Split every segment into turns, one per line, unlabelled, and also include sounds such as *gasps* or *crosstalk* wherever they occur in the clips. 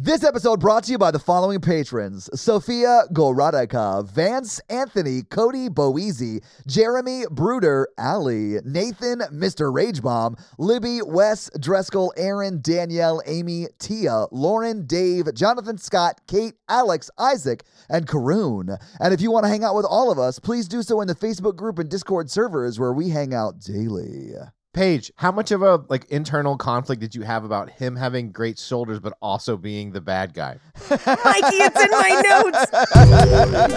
This episode brought to you by the following patrons Sophia Gorodika, Vance Anthony, Cody Boezy, Jeremy Bruder, Ali, Nathan, Mr. Rage Bomb, Libby, Wes, Dreskel, Aaron, Danielle, Amy, Tia, Lauren, Dave, Jonathan Scott, Kate, Alex, Isaac, and Karoon. And if you want to hang out with all of us, please do so in the Facebook group and Discord servers where we hang out daily.
Paige, how much of a like internal conflict did you have about him having great shoulders but also being the bad guy?
Mikey, it's in my notes.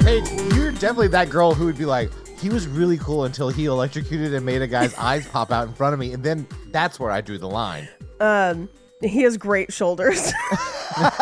Paige, you're definitely that girl who would be like, he was really cool until he electrocuted and made a *laughs* guy's eyes pop out in front of me, and then that's where I drew the line.
Um, he has great shoulders. *laughs* Thank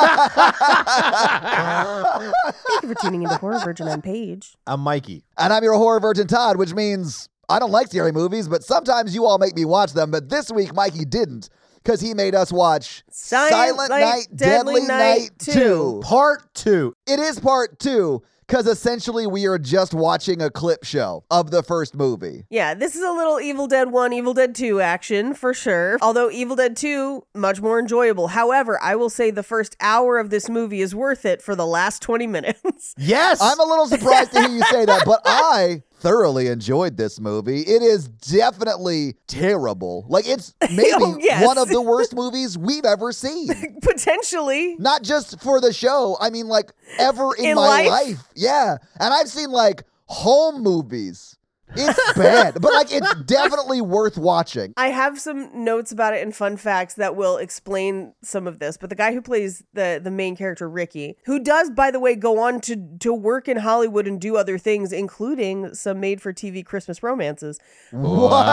you for tuning into Horror Virgin on Page.
I'm Mikey.
And I'm your horror virgin Todd, which means I don't like scary movies, but sometimes you all make me watch them. But this week, Mikey didn't because he made us watch
Silent Night, Deadly Night 2.
Part two.
It is part two because essentially we are just watching a clip show of the first movie.
Yeah, this is a little Evil Dead 1, Evil Dead 2 action for sure. Although Evil Dead 2, much more enjoyable. However, I will say the first hour of this movie is worth it for the last 20 minutes. *laughs*
Yes.
I'm a little surprised to hear you say that, but I thoroughly enjoyed this movie. It is definitely terrible. Like it's maybe
*laughs* Oh, yes.
one of the worst movies we've ever
*laughs*
seen.
Potentially.
Not just for the show, I mean like ever in,
In
my
life?
Yeah. And I've seen like home movies. It's *laughs* bad, but like it's definitely worth watching. *laughs*
I have some notes about it and fun facts that will explain some of this. But the guy who plays the the main character Ricky, who does by the way go on to to work in Hollywood and do other things including some made for TV Christmas romances.
What?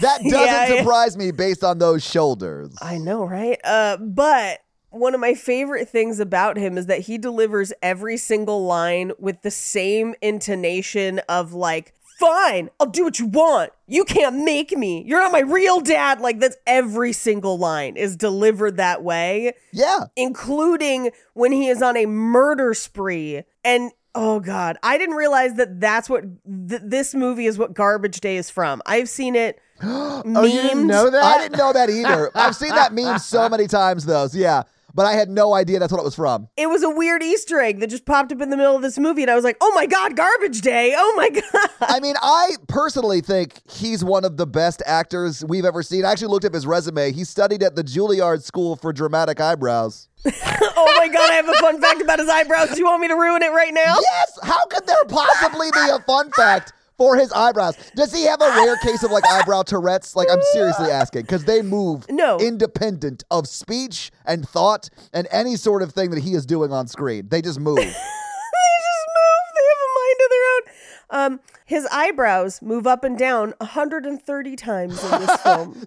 That doesn't
Yeah, yeah.
surprise me based on those shoulders.
I know, right? Uh but one of my favorite things about him is that he delivers every single line with the same intonation of like Fine, I'll do what you want. You can't make me. You're not my real dad. Like, that's every single line is delivered that way.
yeah.
including when he is on a murder spree. And oh god, I didn't realize that that's what th- this movie is what Garbage Day is from. I've seen it memed.
*gasps* Oh, you didn't know that?
I didn't know that either. I've seen that meme so many times, though. So yeah, but I had no idea that's what it was from.
It was a weird Easter egg that just popped up in the middle of this movie, and I was like, "Oh my god, Garbage Day! Oh my god!" *laughs*
I mean, I personally think he's one of the best actors we've ever seen. I actually looked up his resume. He studied at the Juilliard School for Dramatic Eyebrows.
oh my god! I have a fun fact about his eyebrows. Do you want me to ruin it
*laughs*
right now? *laughs*
Yes! How could there possibly be a fun fact for his eyebrows? Does he have a rare case of like eyebrow Tourette's? Like, I'm
*laughs*
seriously asking because they move
No.
independent of speech and thought and any sort of thing that he is doing on screen. They just
*laughs*
move.
they just move. They have a mind of their own. Um, his eyebrows move up and down 130 times in this film.
Somebody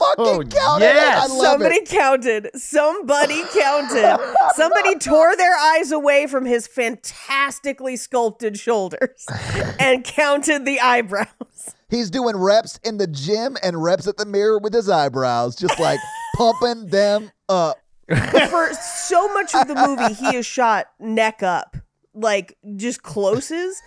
Oh,
fucking counted
yes.
it. I love
Somebody
it.
counted. Somebody counted. Somebody tore their eyes away from his fantastically sculpted shoulders and counted the eyebrows.
He's doing reps in the gym and reps at the mirror with his eyebrows, just like pumping them up.
For so much of the movie, he is shot neck up, like just closes.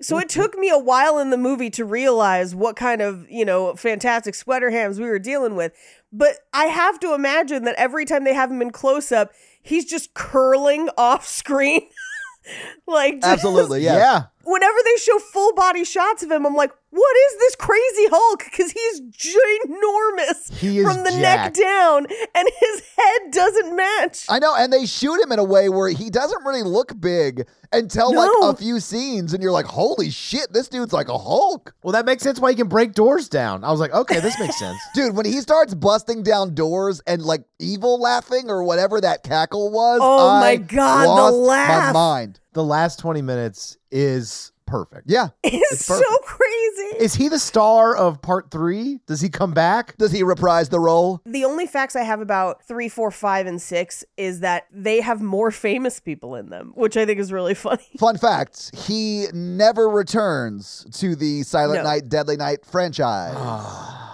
So it took me a while in the movie to realize what kind of, you know, fantastic sweater hams we were dealing with. But I have to imagine that every time they have him in close up, he's just curling off screen. *laughs* like *laughs* just-
Absolutely, yeah.
Yeah.
whenever they show full body shots of him, I'm like, what is this crazy Hulk? Because he's ginormous
He is
from the neck
jacked.
down, and his head doesn't match.
I know, and they shoot him in a way where he doesn't really look big until
No.
like a few scenes, and you're like, "Holy shit, this dude's like a Hulk,
Well, that makes sense why he can break doors down. I was like, okay, this makes *laughs* sense.
dude!" When he starts busting down doors and like evil laughing or whatever that cackle was,
Oh
I
my God, the
lost
laugh.
my mind.
the last 20 minutes is perfect.
Yeah.
It's so
perfect.
crazy.
Is he the star of part three? Does he come back?
Does he reprise the role?
the only facts I have about three, four, five, and six is that they have more famous people in them, which I think is really funny.
*sighs* Fun fact, he never returns to the Silent
No.
Night, Deadly Night franchise.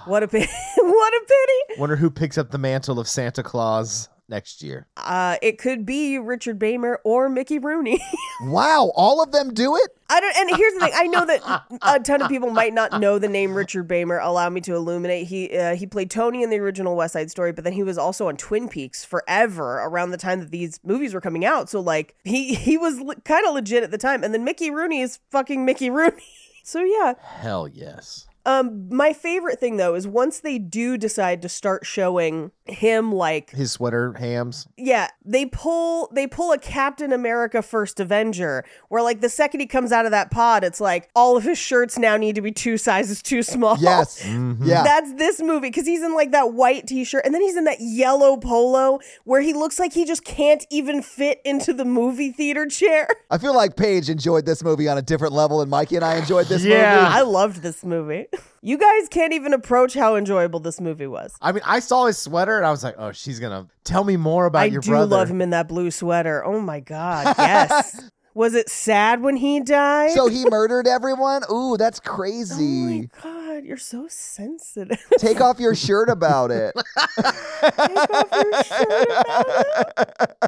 What a pity! *laughs* what a pity!
Wonder who picks up the mantle of Santa Claus next year.
Uh, it could be Richard Baymer or Mickey Rooney. *laughs*
Wow, all of them do it?
I don't. And here's the thing: I know that a ton of people might not know the name Richard Baymer. Allow me to illuminate. He uh, he played Tony in the original West Side Story, but then he was also on Twin Peaks forever around the time that these movies were coming out. So like he he was le- kind of legit at the time. And then Mickey Rooney is fucking Mickey Rooney. *laughs* So yeah.
Hell yes.
Um, my favorite thing though is once they do decide to start showing him like
His sweater hams.
yeah, they pull they pull a Captain America First Avenger where like the second he comes out of that pod, it's like all of his shirts now need to be two sizes too small. *laughs*
Yes.
Mm-hmm.
Yeah.
That's this movie because he's in like that white t-shirt and then he's in that yellow polo where he looks like he just can't even fit into the movie theater chair.
I feel like Paige enjoyed this movie on a different level than Mikey and I enjoyed this movie.
*laughs* I loved this movie. You guys can't even approach how enjoyable this movie was.
I mean, I saw his sweater and I was like, oh, she's going to tell me more about
I
your
do
brother.
love him in that blue sweater. Oh my god, yes. Was it sad when he died?
So he murdered everyone? Ooh, that's
oh my
crazy.
god, you're so sensitive.
*laughs*
*laughs*
Take off your shirt about it.
*laughs*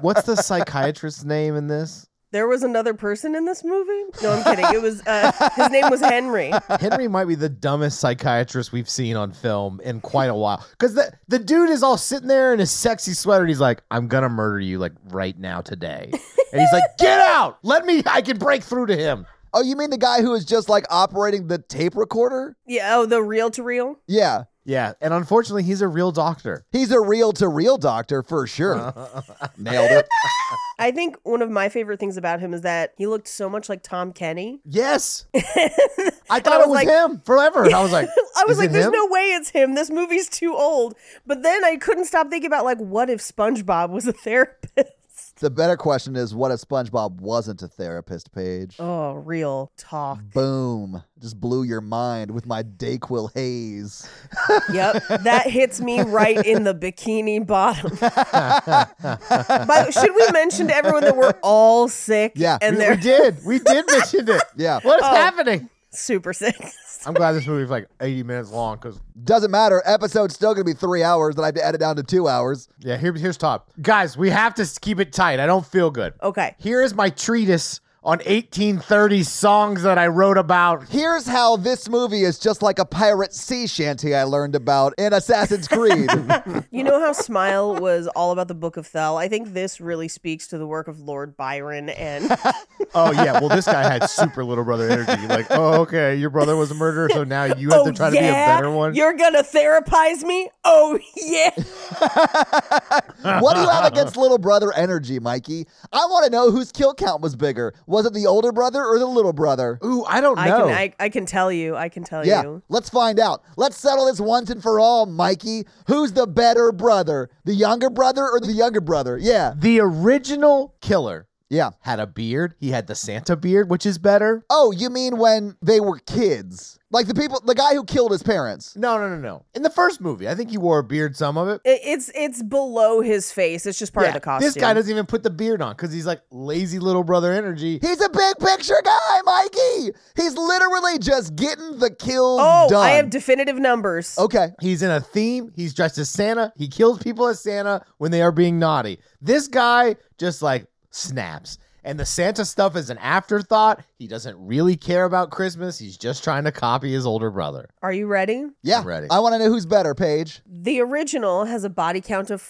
What's the psychiatrist's name in this?
there was another person in this movie. No, I'm kidding. It was uh, his name
*laughs*
was Henry.
Henry might be the dumbest psychiatrist we've seen on film in quite a while. Because the, the dude is all sitting there in his sexy sweater and he's like, I'm going to murder you like right now today. And he's
*laughs*
like, get out. Let me, I can break through to him.
Oh, you mean the guy who was just like operating the tape recorder?
Yeah. Oh, the real to real.
Yeah.
Yeah. And unfortunately, he's a real doctor.
He's a real to real doctor for
*laughs*
sure. Nailed it.
I think one of my favorite things about him is that he looked so much like Tom Kenny.
*laughs* Yes. I thought
was
it was
like-
him forever. And *laughs* I was like,
I was
"Is
like,
it
"There's
him?"
no way it's him. This movie's too old." But then I couldn't stop thinking about like, what if SpongeBob was a *laughs* therapist?
The better question is what if SpongeBob wasn't a therapist, Paige?
Oh, real talk.
Boom. Just blew your mind with my Dayquil haze.
Yep, that hits me right in the bikini bottom. *laughs* but should we mention to everyone that we're all sick?
Yeah,
and
We-
they're
we did. We did mention *laughs* it.
Yeah.
What is happening?
*laughs* super sick.
Oh. I'm glad this movie's like 80 minutes long because
Doesn't matter. Episode's still going to be three hours, then I have to edit down to two hours.
Yeah, here, here's top. Guys, we have to s- keep it tight. I don't feel good.
Okay.
Here is my treatise on 1830 songs that I wrote about.
Here's how this movie is just like a pirate sea shanty I learned about in Assassin's
*laughs*
Creed.
You know how Smile was all about the Book of Thel. I think this really speaks to the work of Lord
*laughs*
Byron, and
Oh, yeah. Well, this guy had super little brother energy. Like, oh, okay, your brother was a murderer, so now you have
oh
to *laughs* try to be a
yeah,
better one.
you're gonna therapize me. Oh yeah,
what do you have
*laughs*
against little brother energy, Mikey? I want to know whose kill count was bigger. Was it the older brother or the little brother?
Ooh, I don't know.
I can I, I can tell you, I can tell
Yeah,
you.
let's find out. Let's settle this once and for all, Mikey. Who's the better brother? The younger brother or the younger brother? Yeah,
the original killer
yeah.
had a beard. He had the Santa beard, which is better.
Oh, you mean when they were kids? Like the people, the guy who killed his parents.
No, no, no, no. In the first movie, I think he wore a beard, some of it.
It, it's it's below his face. It's just part of
Yeah,
the costume.
This guy doesn't even put the beard on because he's like lazy little brother energy.
He's a big picture guy, Mikey. He's literally just getting the kills
Oh,
done.
I have definitive numbers.
Oh.
okay.
He's in a theme. He's dressed as Santa. He kills people as Santa when they are being naughty. This guy just like snaps. And the Santa stuff is an afterthought. He doesn't really care about Christmas. He's just trying to copy his older brother.
Are you ready?
Yeah.
I'm ready.
I want to know who's better, Paige.
The original has a body count of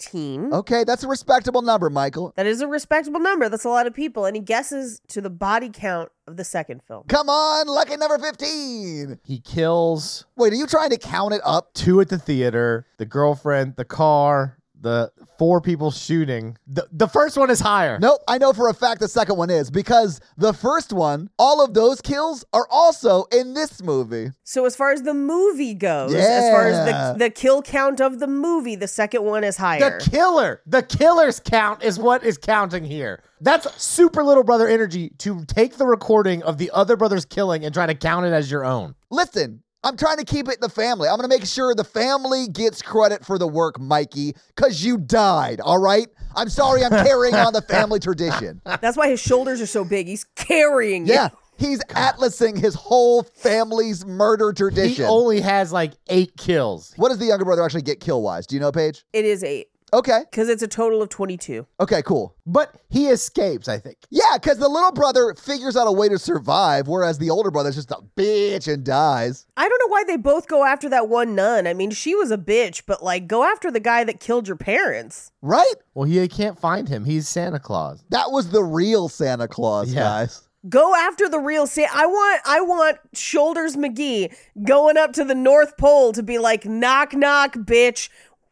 14.
Okay, that's a respectable number, Michael.
That is a respectable number. That's a lot of people. And he guesses to the body count of the second film.
Come on, lucky number 15.
He kills
Wait, are you trying to count it up?
two at the theater, the girlfriend, the car, the four people shooting. The, the first one is higher.
Nope, I know for a fact the second one is because the first one, all of those kills are also in this movie.
So as far as the movie goes, as far
Yeah.
as the the kill count of the movie, the second one is higher.
The killer, the killer's count is what is counting here. That's super little brother energy to take the recording of the other brother's killing and try to count it as your own.
Listen, I'm trying to keep it in the family. I'm going to make sure the family gets credit for the work, Mikey, because you died, all right? I'm sorry I'm carrying on
*laughs*
the family tradition.
That's why his shoulders are so big. He's carrying it.
Yeah, he's atlasing his whole family's murder
He
tradition.
only has like eight kills.
what does the younger brother actually get kill wise? Do you know, Paige?
It is eight
Okay.
because it's a total of twenty-two.
Okay, cool.
But he escapes, I think.
Yeah, because the little brother figures out a way to survive, whereas the older brother's just a bitch and dies.
I don't know why they both go after that one nun. I mean, she was a bitch, but like, go after the guy that killed your parents.
Right?
Well, he can't find him. He's Santa Claus.
That was the real Santa Claus,
Yeah.
guys.
Go after the real Santa. I want, I want Shoulders McGee going up to the North Pole to be like, knock, knock, bitch.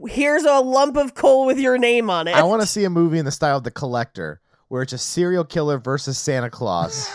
Here's a lump of coal with your name on it.
I want to see a movie in the style of The Collector where it's a serial killer versus Santa Claus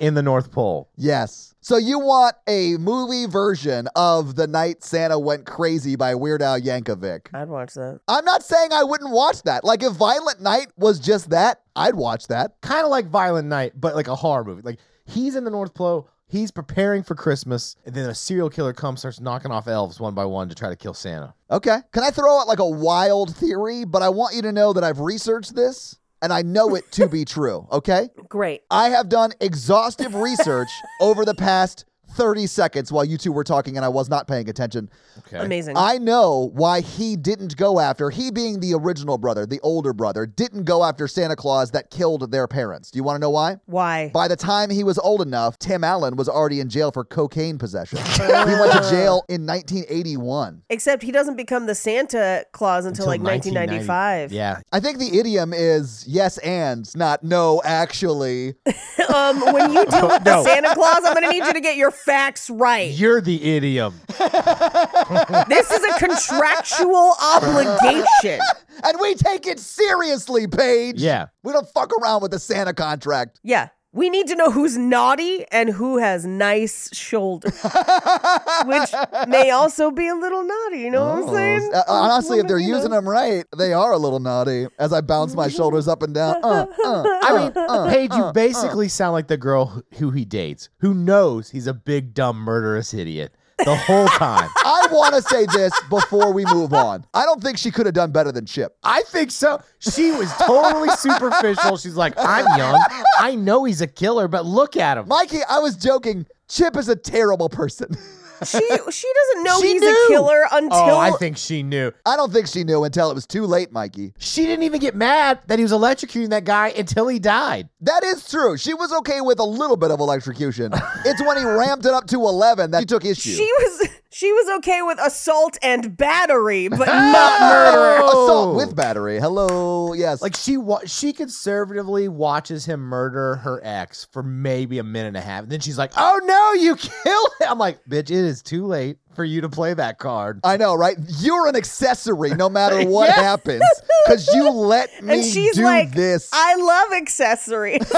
in the North Pole.
Yes. So you want a movie version of The Night Santa Went Crazy by Weird Al Yankovic.
I'd watch that.
I'm not saying I wouldn't watch that. Like, if Violent Night was just that, I'd watch that.
Kind of like Violent Night, but like a horror movie. Like he's in the North Pole, he's preparing for Christmas, and then a serial killer comes, starts knocking off elves one by one to try to kill Santa.
Okay. Can I throw out like a wild theory? But I want you to know that I've researched this and I know it to be true. Okay.
Great.
I have done exhaustive research over the past 30 seconds while you two were talking and I was not paying attention.
Okay.
Amazing.
I know why he didn't go after, he being the original brother, the older brother, didn't go after Santa Claus that killed their parents. Do you want to know why?
Why?
By the time he was old enough, Tim Allen was already in jail for cocaine possession. he went to jail in 1981.
Except he doesn't become the Santa Claus until, like 1995.
Yeah.
I think the idiom is yes and, not no, actually.
Um, when you deal with the Santa Claus, I'm going to need you to get your facts right.
You're the idiom.
This is a contractual obligation.
And we take it seriously, Paige.
Yeah.
We don't fuck around with the Santa contract.
Yeah. We need to know who's naughty and who has nice
*laughs*
shoulders, which may also be a little naughty. You know what I'm saying?
Uh, honestly, if they're
You know?
using them right, they are a little naughty. As I bounce my shoulders up and down. Uh,
*laughs*
uh.
*laughs* I mean,
Uh-huh.
Paige, you basically sound like the girl who- who he dates, who knows he's a big, dumb, murderous idiot the whole *laughs* time.
I want to say this before we move on. I don't think she could have done better than Chip.
I think so. She was totally superficial. She's like, I'm young. I know he's a killer, but look at him.
Mikey, I was joking. Chip is a terrible person. *laughs*
she she doesn't know
She
he's
knew.
a killer until
Oh, I think she knew.
I don't think she knew until it was too late, Mikey.
She didn't even get mad that he was electrocuting that guy until he died.
That is true. She was okay with a little bit of
*laughs*
electrocution. It's when he ramped it up to 11 that she took issue.
she was she was okay with assault
*laughs*
and battery, but not murder. Oh.
Assault with battery. Hello. Yes.
Like she wa- she conservatively watches him murder her ex for maybe a minute and a half. And then she's like, "Oh no, you *laughs* killed him." I'm like, "Bitch, it is too late for you to play that card."
I know, right? You're an accessory no
*laughs*
matter what
Yes.
happens. Because you let me
And she's
do
like,
this.
I love accessories.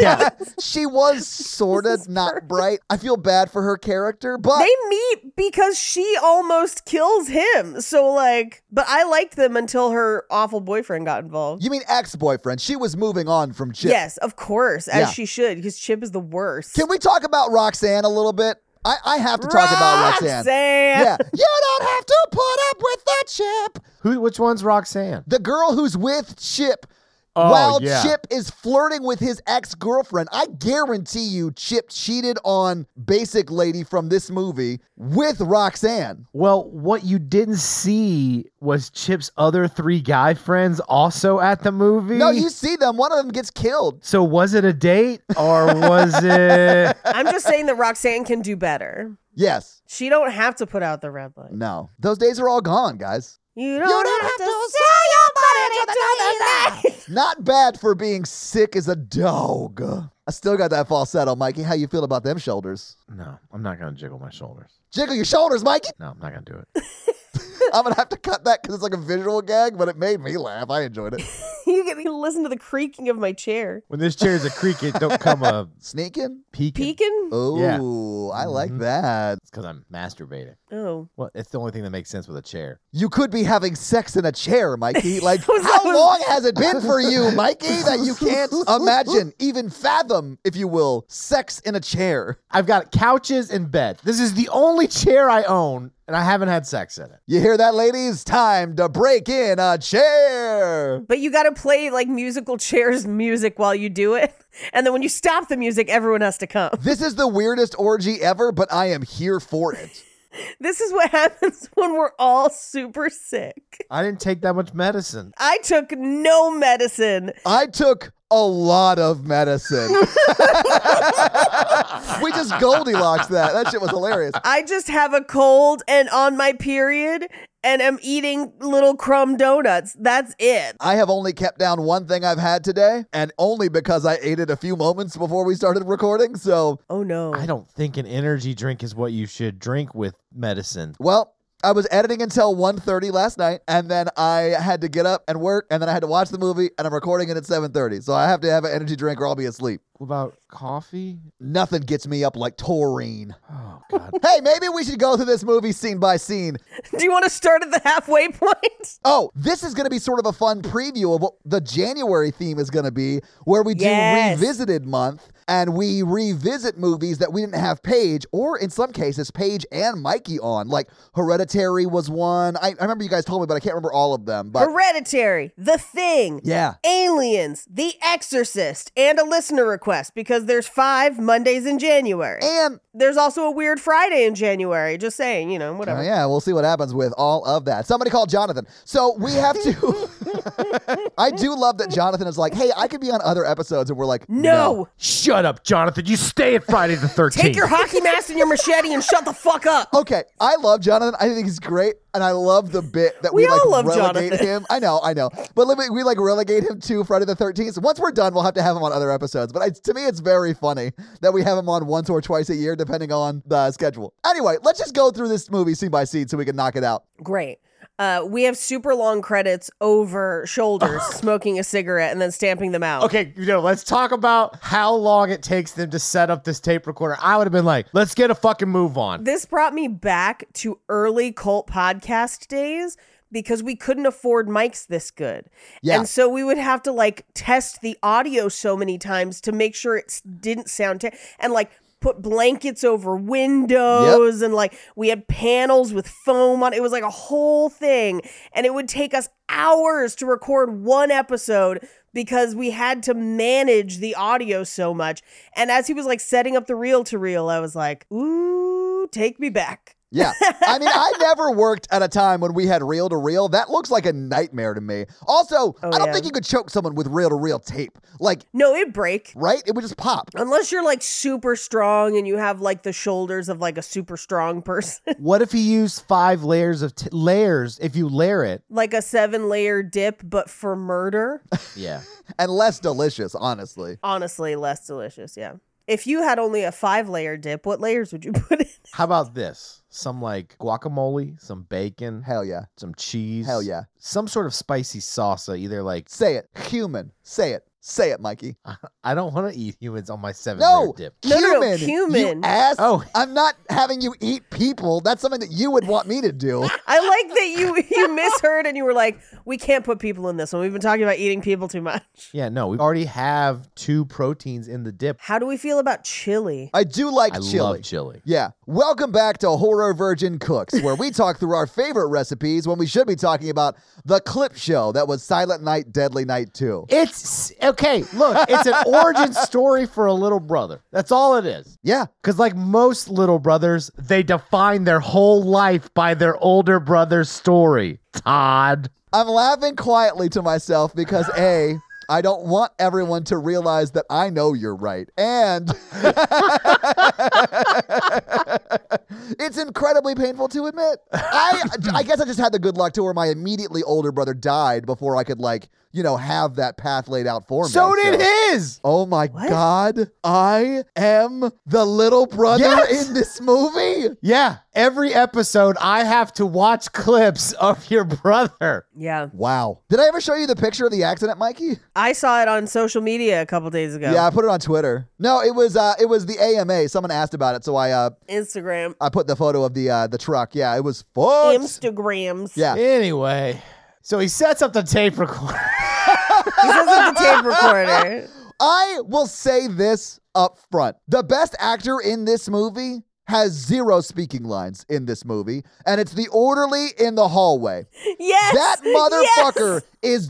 yeah.
*laughs* she
*laughs*
was sort of not bright. I feel bad for her character, but
they meet because she almost kills him. So like, but I liked them until her awful boyfriend got involved.
you mean ex boyfriend. She was moving on from Chip.
Yes, of course, as
Yeah.
she should, because Chip is the worst.
Can we talk about Roxanne a little bit? I, I have to talk about Roxanne. Yeah. You don't have to put up with the Chip.
Who? Which one's Roxanne?
The girl who's with Chip.
Oh,
while
yeah.
Chip is flirting with his ex girlfriend, I guarantee you Chip cheated on Basic Lady from this movie with Roxanne.
Well, what you didn't see was Chip's other three guy friends also at the movie.
No, you see them. One of them gets killed.
So was it a date or *laughs* was it?
I'm just saying that Roxanne can do better.
Yes.
She don't have to put out the red light.
No. Those days are all gone, guys.
You
You
don't,
don't
have,
have to
to, sell your body to
*laughs*
the
Not bad for being sick as a dog. I still got that falsetto, Mikey. How you feel about them shoulders?
No, I'm not gonna jiggle my shoulders.
Jiggle your shoulders, Mikey. *laughs*
No, I'm not gonna do it.
I'm gonna have to cut that because it's like a visual gag, but it made me laugh. I enjoyed it.
*laughs* you get me to listen to the creaking of
*laughs*
my chair.
When this chair's a creak, it don't come
*laughs*
a
Sneaking?
peek.
Peeking? Oh.
Oh, I like
Mhm.
that.
It's because I'm masturbating.
Oh.
Oh.
Well, it's the only thing that makes sense with a chair.
You could be having sex in a chair, Mikey. Like,
was-
how
I was-
long has it been for you, Mikey, that you can't imagine, even fathom, if you will, sex in a chair?
I've got couches and beds. This is the only chair I own, and I haven't had sex in it.
You hear that, ladies? Time to break in a chair.
But you got to play like musical chairs music while you do it. *laughs* And then when you stop the music, everyone has to come. *laughs*
This is the weirdest orgy ever, but I am here for it.
This is what *laughs* happens when we're all super sick.
I didn't take that much medicine.
I took no medicine.
I took a lot of medicine. *laughs* we just Goldilocks that. That shit was hilarious.
I just have a cold and on my period and am eating little crumb donuts. That's it.
I have only kept down one thing I've had today, and only because I ate it a few moments before we started recording. So,
Oh no.
I don't think an energy drink is what you should drink with medicine.
well, I was editing until 1.30 last night, and then I had to get up and work, and then I had to watch the movie, and I'm recording it at 7.30. So I have to have an energy drink or I'll be asleep.
What about coffee?
Nothing gets me up like taurine.
Oh,
*laughs*
God.
Hey, maybe we should go through this movie scene by scene.
*laughs* Do you want to start at the halfway point?
Oh, this is going to be sort of a fun preview of what the January theme is going to be, where we
Yes.
do revisited month and we revisit movies that we didn't have Paige or in some cases Paige and Mikey on. Like Hereditary was one. I, I remember you guys told me, but I can't remember all of them. *laughs* But
Hereditary, The Thing,
yeah,
Aliens, The Exorcist, and a listener request because there's five Mondays in January.
and oh,
There's also a weird Friday in January. Just saying, you know,
Oh,
whatever.
yeah, we'll see what happens with all of that. Somebody called Jonathan. So we have
*laughs*
to. *laughs* I do love that Jonathan is like, hey, I could be on other episodes, and we're like,
No.
Shut up, Jonathan. You stay at Friday the 13th.
*laughs*
Take your hockey mask and your machete and shut the fuck up.
Okay, I love Jonathan. I think he's great, and I love the bit that we,
We all
like
love
relegate
Jonathan.
him. I know, I know, but let me- we like relegate him to Friday the Thirteenth. Once we're done, we'll have to have him on other episodes. But I, to me, it's very funny that we have him on once or twice a year, depending on the schedule. Anyway, let's just go through this movie scene by scene so we can knock it out.
Great. Uh, we have super long credits over shoulders, smoking a cigarette and then stamping them out.
Okay, you know, let's talk about how long it takes them to set up this tape recorder. I would have been like, let's get a fucking move on.
This brought me back to early cult podcast days because we couldn't afford mics this good.
Yeah.
And so we would have to like test the audio so many times to make sure it s- didn't sound ter- and like put blankets over windows and like we had panels with foam on it was like a whole thing and it would take us hours to record one episode because we had to manage the audio so much and as he was like setting up the reel to reel I was like ooh take me back
Yeah. I mean,
*laughs*
I never worked at a time when we had reel to reel. That looks like a nightmare to me. Also, I don't
Oh, yeah.
think you could choke someone with reel to reel tape. Like,
no it break
right? It would just pop.
unless you're like super strong and you have like the shoulders of like a super strong person *laughs*
What if he used five layers of t- layers if you layer it?
like a seven layer dip but for murder
Yeah.
And less delicious, honestly.
honestly less delicious yeah if you had only a five layer dip what layers would you put in
How about this? Some like guacamole, some bacon,
Hell yeah.
some cheese.
Hell yeah.
Some sort of spicy salsa, either like
Say it. Human. Say it. Say it, Mikey.
I don't want to eat humans on my seven
No.
layer dip.
No, no, no,
You
cumin.
ass.
Oh.
I'm not having you eat people. That's something that you would want me to do.
i like that you you misheard and you were like we can't put people in this one we've been talking about eating people too much
Yeah, no, we already have two proteins in the dip.
how do we feel about chili
I do like
I
chili.
love chili.
Yeah. Welcome back to Horror Virgin Cooks, where we talk through our favorite recipes when we should be talking about the clip show that was Silent Night, Deadly Night 2.
It's okay. Look, it's an
*laughs*
origin story for a little brother. That's all it is.
Yeah.
Because, like most little brothers, they define their whole life by their older brother's story. Todd.
I'm laughing quietly to myself because A, I don't want everyone to realize that I know you're right. And *laughs* it's incredibly painful to admit. I I guess I just had the good luck to where my immediately older brother died before I could like you know have that path laid out for me.
So did his.
Oh my
What?
god! I am the little brother
Yes!
in this movie.
Yeah, every episode I have to watch clips of your brother.
Yeah.
Wow! Did I ever show you the picture of the accident, Mikey?
I saw it on social media a couple days ago.
Yeah, I put it on Twitter. No, it was uh, it was the AMA. Someone asked about it, so I uh,
Instagram.
I put the photo of the uh, the truck. Yeah, it was fucked.
Instagrams.
Yeah.
Anyway, so he sets up the tape recorder. *laughs*
He says it's a
*laughs*
tape recorder.
I will say this up front. The best actor in this movie has zero speaking lines in this movie, and it's the orderly in the hallway.
Yes.
That
yes!
motherfucker is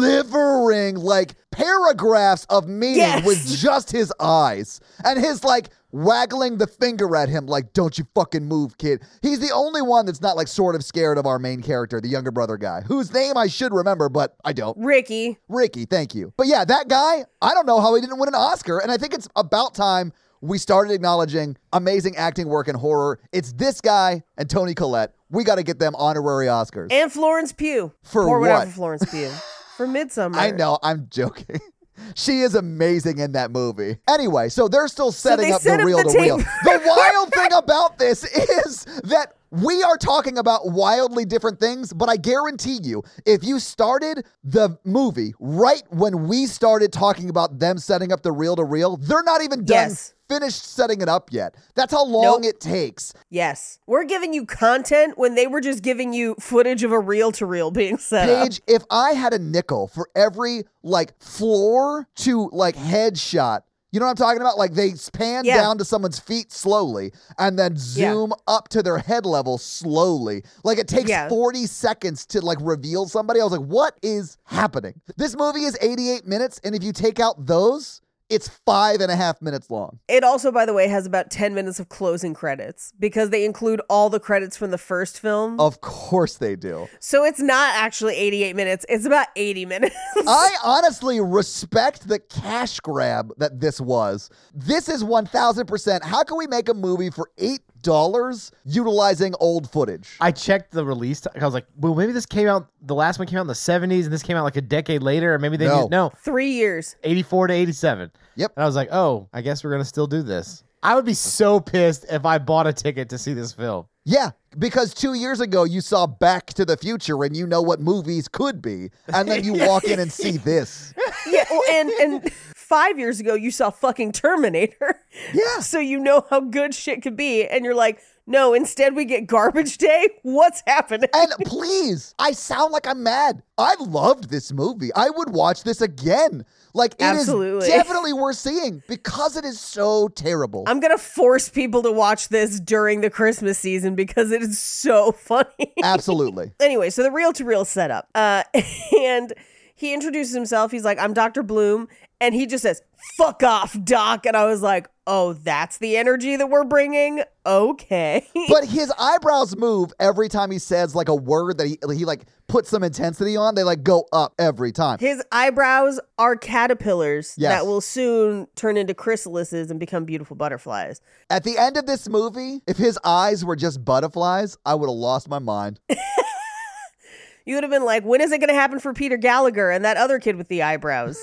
delivering like paragraphs of meaning
Yes.
with just his eyes and his like waggling the finger at him like don't you fucking move kid he's the only one that's not like sort of scared of our main character the younger brother guy whose name i should remember but i don't
Ricky.
Ricky, thank you. But yeah, that guy, I don't know how he didn't win an Oscar. And I think it's about time we started acknowledging amazing acting work in horror. It's this guy and Tony Collette. We got to get them honorary Oscars.
And Florence Pugh.
For
Pour one out
what?
for Florence Pugh.
*laughs*
For Midsummer.
I know, I'm joking. *laughs* She is amazing in that movie. Anyway, so they're still setting
they
up
set
the
up
reel
the
to reel.
tape.
The
*laughs*
wild thing about this is that we are talking about wildly different things, but I guarantee you, if you started the movie right when we started talking about them setting up the reel to reel, they're not even done
Yes.
finished setting it up yet. That's how long
Nope.
it takes.
Yes. We're giving you content when they were just giving you footage of a reel to reel being set up.
Paige, if I had a nickel for every like floor to like headshot, you know what I'm talking about? Like they pan
Yeah.
down to someone's feet slowly and then zoom up to their head level slowly. Like it takes
Yeah.
40 seconds to like reveal somebody. I was like, what is happening? This movie is 88 minutes, and if you take out those, it's five and a half minutes long.
It also, by the way, has about 10 minutes of closing credits because they include all the credits from the first film.
Of course they do.
So it's not actually 88 minutes, it's about 80 *laughs* minutes.
I honestly respect the cash grab that this was. This is 1000%. How can we make a movie for $8 utilizing old footage?
I checked the release. T- I was like, well, maybe this came out. The last one came out in the '70s, and this came out like a decade later, or maybe they
No.
used- no
Three years.
'84 to '87.
Yep.
And I was like, oh, I guess we're gonna still do this. I would be so pissed if I bought a ticket to see this film.
Yeah, because two years ago you saw Back to the Future and you know what movies could be, and then you walk in and see this.
Yeah. Well, and, and five years ago, you saw fucking Terminator. *laughs*
Yeah.
So you know how good shit could be. And you're like, no, instead we get garbage day. What's happening?
And please, I sound like I'm mad. I loved this movie. I would watch this again. Like, it is
Absolutely.
definitely worth seeing because it is so terrible.
I'm going to force people to watch this during the Christmas season because it is so *laughs* funny.
Absolutely.
anyway, so the reel to reel setup. Uh, *laughs* and he introduces himself. He's like, I'm Dr. Bloom. And he just says, fuck off, Doc. And I was like, oh, that's the energy that we're bringing? Okay. *laughs*
but his eyebrows move every time he says like a word that he he like puts some intensity on. They like go up every time.
His eyebrows are caterpillars
Yes.
that will soon turn into chrysalises and become beautiful butterflies.
At the end of this movie, if his eyes were just butterflies, I would have lost my mind.
You would have been like, when is it going to happen for Peter Gallagher and that other kid with
*laughs*
the eyebrows?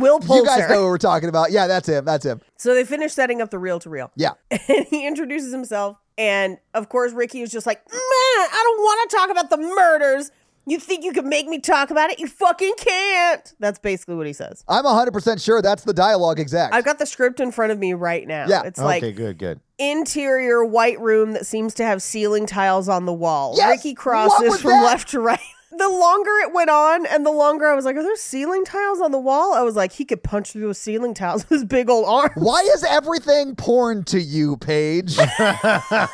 Will Poulter.
You guys know what we're talking about. Yeah, that's him. That's him.
So they finish setting up the reel to reel.
Yeah.
and *laughs* he introduces himself. And of course, Ricky is just like, man, I don't want to talk about the murders. You think you can make me talk about it? You fucking can't. That's basically what he says.
I'm 100% sure that's the dialogue exact.
I've got the script in front of me right now.
Yeah.
It's
okay,
like
good, good.
interior white room that seems to have ceiling tiles on the wall.
Yes!
Ricky
What was
crosses from
that?
left to right. *laughs* The longer it went on, and the longer I was like, are there ceiling tiles on the wall? I was like, he could punch through those ceiling tiles with his big old arm. *laughs*
Why is everything porn to you, Paige?
Because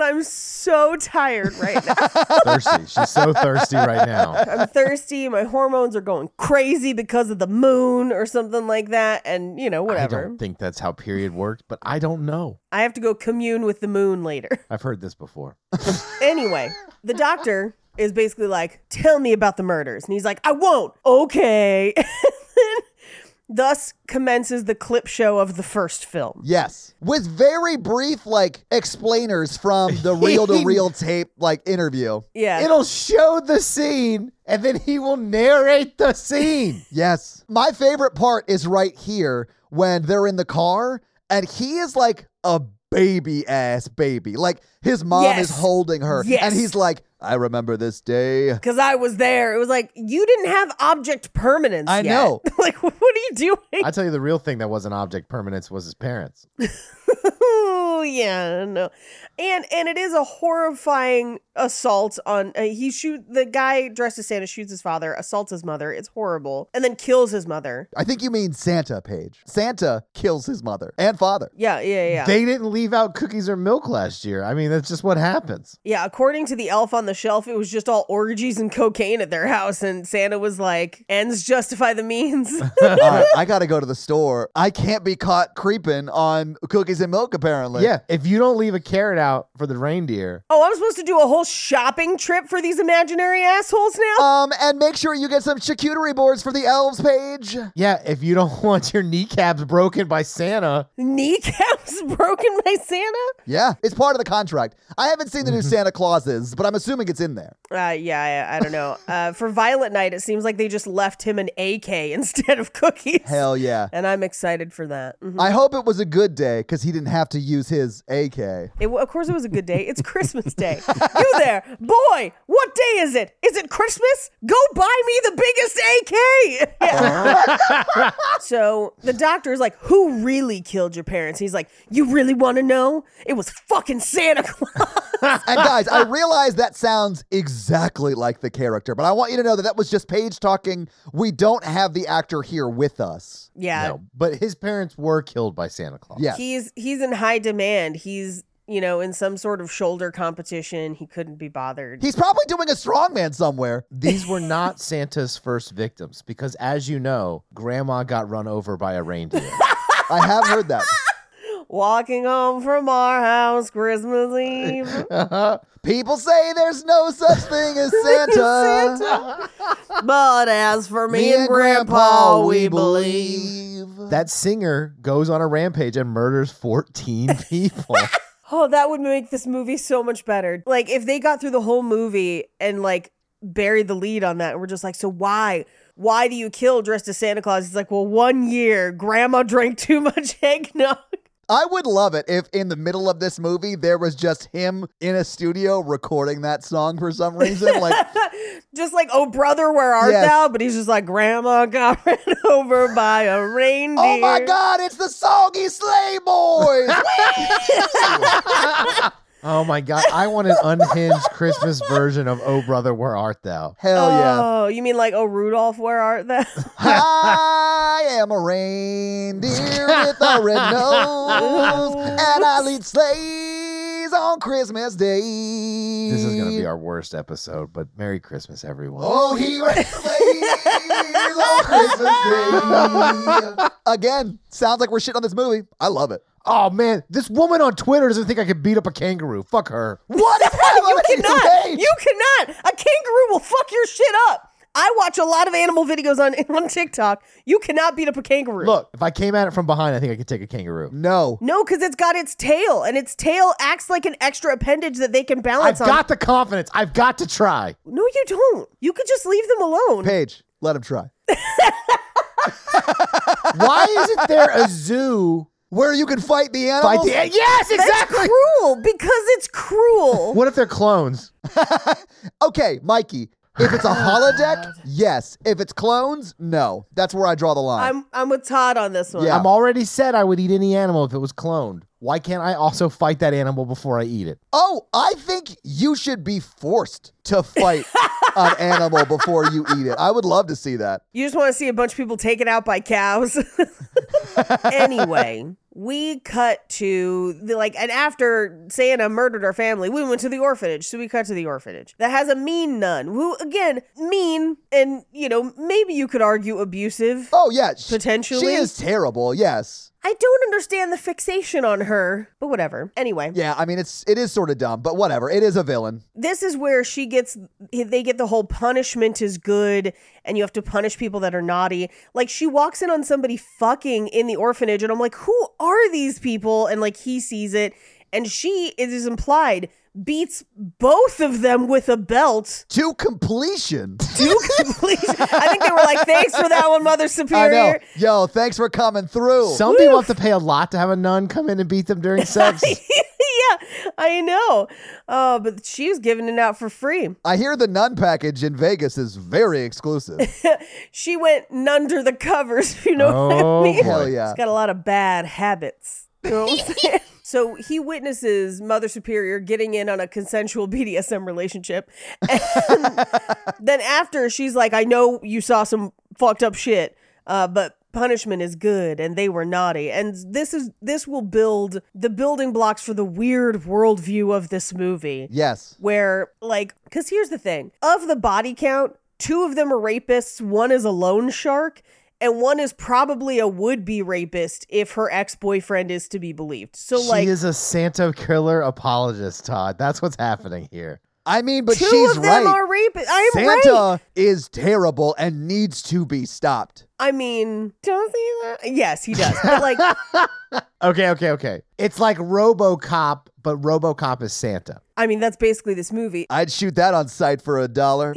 I'm so tired right now.
Thirsty. She's so thirsty
*laughs*
right now.
I'm thirsty. My hormones are going crazy because of the moon or something like that. And, you know,
I
whatever.
don't think that's how period worked, but I don't know.
I, have to go commune with the moon later. *laughs*
I've heard this before.
anyway, the doctor is *laughs* basically like, tell me about the murders. And he's like, I won't. Okay. Thus commences the clip show of the first film.
Yes. With very brief, like, explainers from the reel to reel tape, like, interview.
Yeah.
It'll show the scene and then he will narrate the *laughs* scene.
Yes. My favorite part is right here when they're in the car and he is like a baby ass baby. Like his mom
Yes.
is holding her
Yes.
and he's like, I remember this day.
Cause I was there. It was like you didn't have object permanence.
I
yet.
know.
*laughs* like, what are you doing?
I tell you, the real thing that was an object permanence was his parents.
oh *laughs* yeah, no. And and it is a horrifying assault on. Uh, he shoot the guy dressed as Santa shoots his father, assaults his mother. It's horrible, and then kills his mother.
I think you mean Santa, Paige. Santa kills his mother and *laughs* father.
Yeah, yeah, yeah.
They didn't leave out cookies or milk last year. I mean, that's just what happens.
Yeah, according to the elf on the shelf, it was just all orgies and cocaine at their house, and Santa was like, ends justify the means. *laughs*
All right, I gotta go to the store. I can't be caught creeping on cookies and milk, apparently.
yeah, if you don't leave a carrot out for the reindeer,
oh, I'm supposed to do a whole shopping trip for these imaginary assholes now?
Um, and make sure you get some charcuterie boards for the elves, Paige.
yeah, if you don't *laughs* want your kneecaps broken by Santa,
Kneecaps *laughs* broken by Santa?
Yeah, it's part of the contract. I haven't seen the *laughs* new Santa Clauses, but I'm assuming it's in there.
Uh, yeah, I, I don't know. Uh, for Violet Night, it seems like they just left him an AK *laughs* instead of cookies.
Hell yeah.
And I'm excited for that. Mhm.
I hope it was a good day because he didn't have to use his AK.
It, wa- of course, it was a good day. It's Christmas Day. *laughs* you there, boy? What day is it? Is it Christmas? Go buy me the biggest AK. Yeah. *laughs* so the doctor is like, "Who really killed your parents?" He's like, "You really want to know? It was fucking Santa Claus." *laughs*
And guys, I realize that sounds exactly like the character, but I want you to know that that was just Paige talking. We don't have the actor here with us.
yeah,
no. But his parents were killed by Santa Claus.
Yeah.
he's he's in high demand. He's you know in some sort of shoulder competition. He couldn't be bothered.
He's probably doing a strongman somewhere. *laughs*
These were not Santa's first victims because, as you know, Grandma got run over by a
*laughs*
reindeer.
I have heard that.
Walking home from our house Christmas *laughs* Eve.
People say there's no such thing
*laughs*
as Santa.
But as for me, and Grandpa, we believe.
that singer goes on a rampage and
*laughs*
murders 14 people.
Oh, that would make this movie so much better. Like, if they got through the whole movie and, like, buried the lead on that, and we're just like, so why? Why do you kill dressed as Santa Claus? It's like, well, one year, Grandma drank too much *laughs* eggnog.
I would love it if in the middle of this movie there was just him in a studio recording that song for some reason. Like,
Just like, oh, brother, where art
Yes.
thou? But he's just like, Grandma got *laughs* ran over by a reindeer.
oh my God, it's the soggy sleigh
*laughs*
boys.
oh my God. I want an unhinged Christmas version of Oh Brother, Where Art Thou?
Hell yeah.
Oh, you mean like, oh, Rudolph, where art thou?
*laughs* I am a reindeer with a red
*laughs*
nose, and I lead sleighs on Christmas Day.
This is going to be our worst episode, but Merry Christmas, everyone.
Oh,
*laughs*
he ran sleighs
*laughs*
on Christmas Day. Again, sounds like we're shitting on this movie. I love it.
Oh man, this woman on Twitter doesn't think I could beat up a kangaroo. Fuck her.
What is happening?
you cannot.
Paige?
You cannot. A kangaroo will fuck your shit up. I watch a lot of animal videos on, *laughs* on TikTok. You cannot beat up a kangaroo.
Look, if I came at it from behind, I think I could take a kangaroo. *laughs*
no.
No, because it's got its tail, and its tail acts like an extra appendage that they can
I've
balance on.
got the confidence. I've got
*laughs*
to try.
no, you don't. You could just leave them alone.
Paige, let him try.
Why isn't there a zoo?
Where you can fight the animals.
Fight the yes, exactly.
That's cruel because it's cruel.
What if they're clones?
Okay, Mikey. If it's a
*laughs*
holodeck, yes. If it's clones, no. That's where I draw the line.
I'm I'm with Todd on this one.
Yeah.
I'm already said I would eat any animal if it was cloned. Why can't I also fight that animal before I eat it?
oh, I think you should be forced to
*laughs*
fight an animal before you eat it. I would love to see that.
You just want to see a bunch of people taken out by cows. *laughs* anyway, we cut to the like, and after Santa murdered our family, we went to the orphanage. So we cut to the orphanage that has a mean nun who, again, mean and you know maybe you could argue abusive.
Oh yeah, sh-
Potentially?
She is terrible. Yes.
I don't understand the fixation on her, but whatever. Anyway,
Yeah, I mean it's it is sort of dumb, but whatever. It is a villain.
this is where she gets they get the whole punishment is good and you have to punish people that are naughty. Like she walks in on somebody fucking in the orphanage and I'm like, "Who are these people?" and like he sees it and she it is implied beats both of them with a
*laughs*
belt
To
*laughs*
completion. *laughs*
to completion. I think they were like, "Thanks for that one,
*laughs*
Mother
I know.
Superior." *laughs*
Yo, thanks for coming through.
Some people have to pay a lot to have a nun come in and beat them during sex.
yeah, I know. Uh, but she was giving it out for free.
I hear the nun package in Vegas is very
*laughs*
exclusive.
She went under the covers, *laughs* if you know
Oh,
what I mean?
Hell yeah.
She's got a lot of bad habits. You know what *laughs* I'm saying? so he witnesses Mother Superior getting in on a consensual *laughs* BDSM relationship. And then after, she's like, I know you saw some fucked up shit, uh, but punishment is good and they were naughty and this is this will build the building blocks for the weird worldview of this movie
Yes.
where like because here's the thing of the body count two of them are rapists one is a loan shark and one is probably a would-be rapist if her ex-boyfriend is to be believed so like
she is a Santa killer apologist, Todd. That's what's happening here.
I mean, but
two
she's
of them
right.
are rapists i'm
Santa
right
is terrible and needs to be stopped.
i mean does he though? yes he does but
*laughs*
like
Okay, okay, okay. It's like RoboCop, but RoboCop is Santa.
i mean that's basically this movie
I'd shoot that on site for a dollar.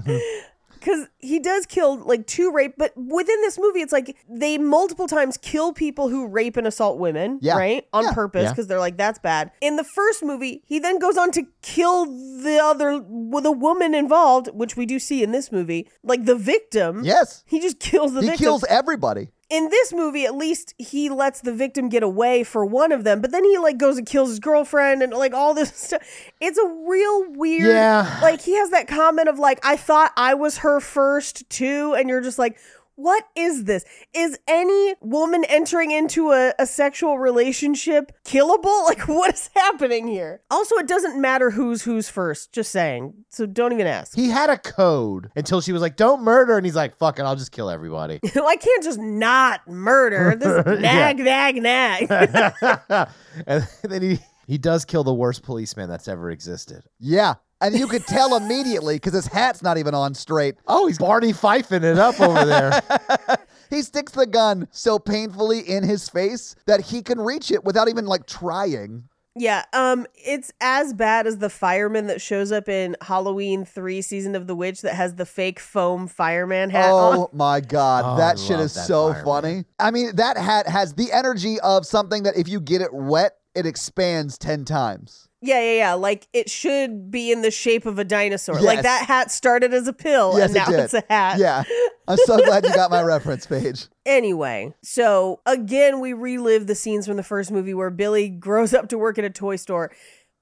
because he does kill like two rape but within this movie it's like they multiple times kill people who rape and assault women
Yeah.
right on
Yeah.
purpose
Yeah.
because they're like that's bad in the first movie he then goes on to kill the other with a woman involved which we do see in this movie like the victim
Yes.
he just kills the
He
victim
kills everybody.
in this movie at least he lets the victim get away for one of them but then he like goes and kills his girlfriend and like all this *laughs* stuff it's a real weird
Yeah.
like he has that comment of like i thought i was her first too and you're just like what is this is any woman entering into a, a sexual relationship killable *laughs* like what is happening here also it doesn't matter who's who's first just saying so don't even ask *laughs*
He had a code until she was like, "Don't murder," and he's like, "Fuck it, I'll just kill everybody." *laughs*
i can't just not murder this nag nag nag *laughs*
and then he he does kill the worst policeman that's ever existed.
Yeah. And you could tell immediately because his hat's not even on straight.
Oh, he's Barney fifing it up over *laughs* there.
He sticks the gun so painfully in his face that he can reach it without even like trying.
Yeah, um, it's as bad as the fireman that shows up in Halloween three season of the witch that has the fake foam fireman hat on.
Oh my god,
Oh,
that
I
shit
love
is
that
so
fireman.
funny. I mean, that hat has the energy of something that if you get it wet, it expands 10 times.
*laughs* Yeah, yeah, yeah. Like it should be in the shape of a dinosaur.
Yes.
Like that hat started as a pill
Yes,
Oh, and
it
now
did.
it's a hat.
Yeah. I'm so glad you got my reference, Paige.
Anyway, so again, we relive the scenes from the first movie where Billy grows up to work at a toy store.